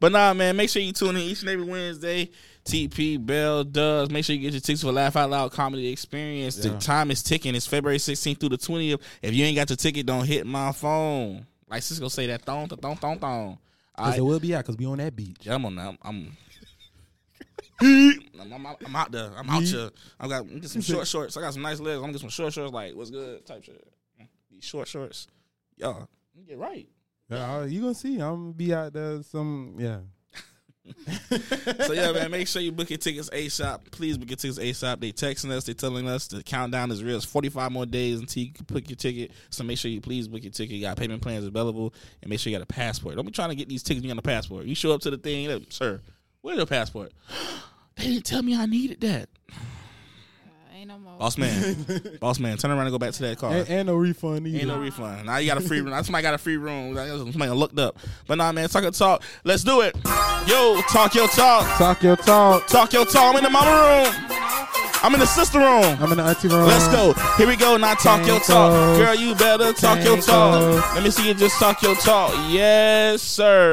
But nah, man, make sure you tune in each and every Wednesday. TP Bell does. Make sure you get your tickets for Laugh Out Loud Comedy Experience. The
Yeah.
time is ticking. It's February 16th through the 20th. If you ain't got your ticket, don't hit my phone. Like Cisco say that thong, thong, thong, thong, thong. All
Cause
right.
it will be out. Cause we on that beach.
Yeah, I'm on now. I'm. I'm, I'm, out- I'm out there. I'm out here. I got I'm get some short shorts. I got some nice legs. I'm gonna get some short shorts. Like what's good type shit. These short shorts, y'all. you Get right.
Yeah, I- you gonna see. I'm gonna be out there. Some yeah.
so yeah, man, make sure you book your tickets ASAP. Please book your tickets ASAP. They texting us, they telling us the countdown is real. It's 45 more days until you can book your ticket. So make sure you please book your ticket. You got payment plans available and make sure you got a passport. Don't be trying to get these tickets and you got a passport. You show up to the thing, like, sir, where's your passport? [GASPS] they didn't tell me I needed that.
Uh, ain't no more.
Boss man. Boss man, turn around and go back to that car.
And, and no refund either.
Ain't no refund. Now you got a free room. Now Somebody got a free room. Like, Somebody looked up. But nah, man, talk your talk. Let's do it. Yo, talk your talk.
Talk your talk.
Talk your talk. I'm in the mama room. I'm in the sister room.
I'm in the auntie room.
Let's go. Here we go. Now talk your talk.
Tango.
Girl, you better talk your talk.
Tango.
Let me see you just talk your talk. Yes, sir.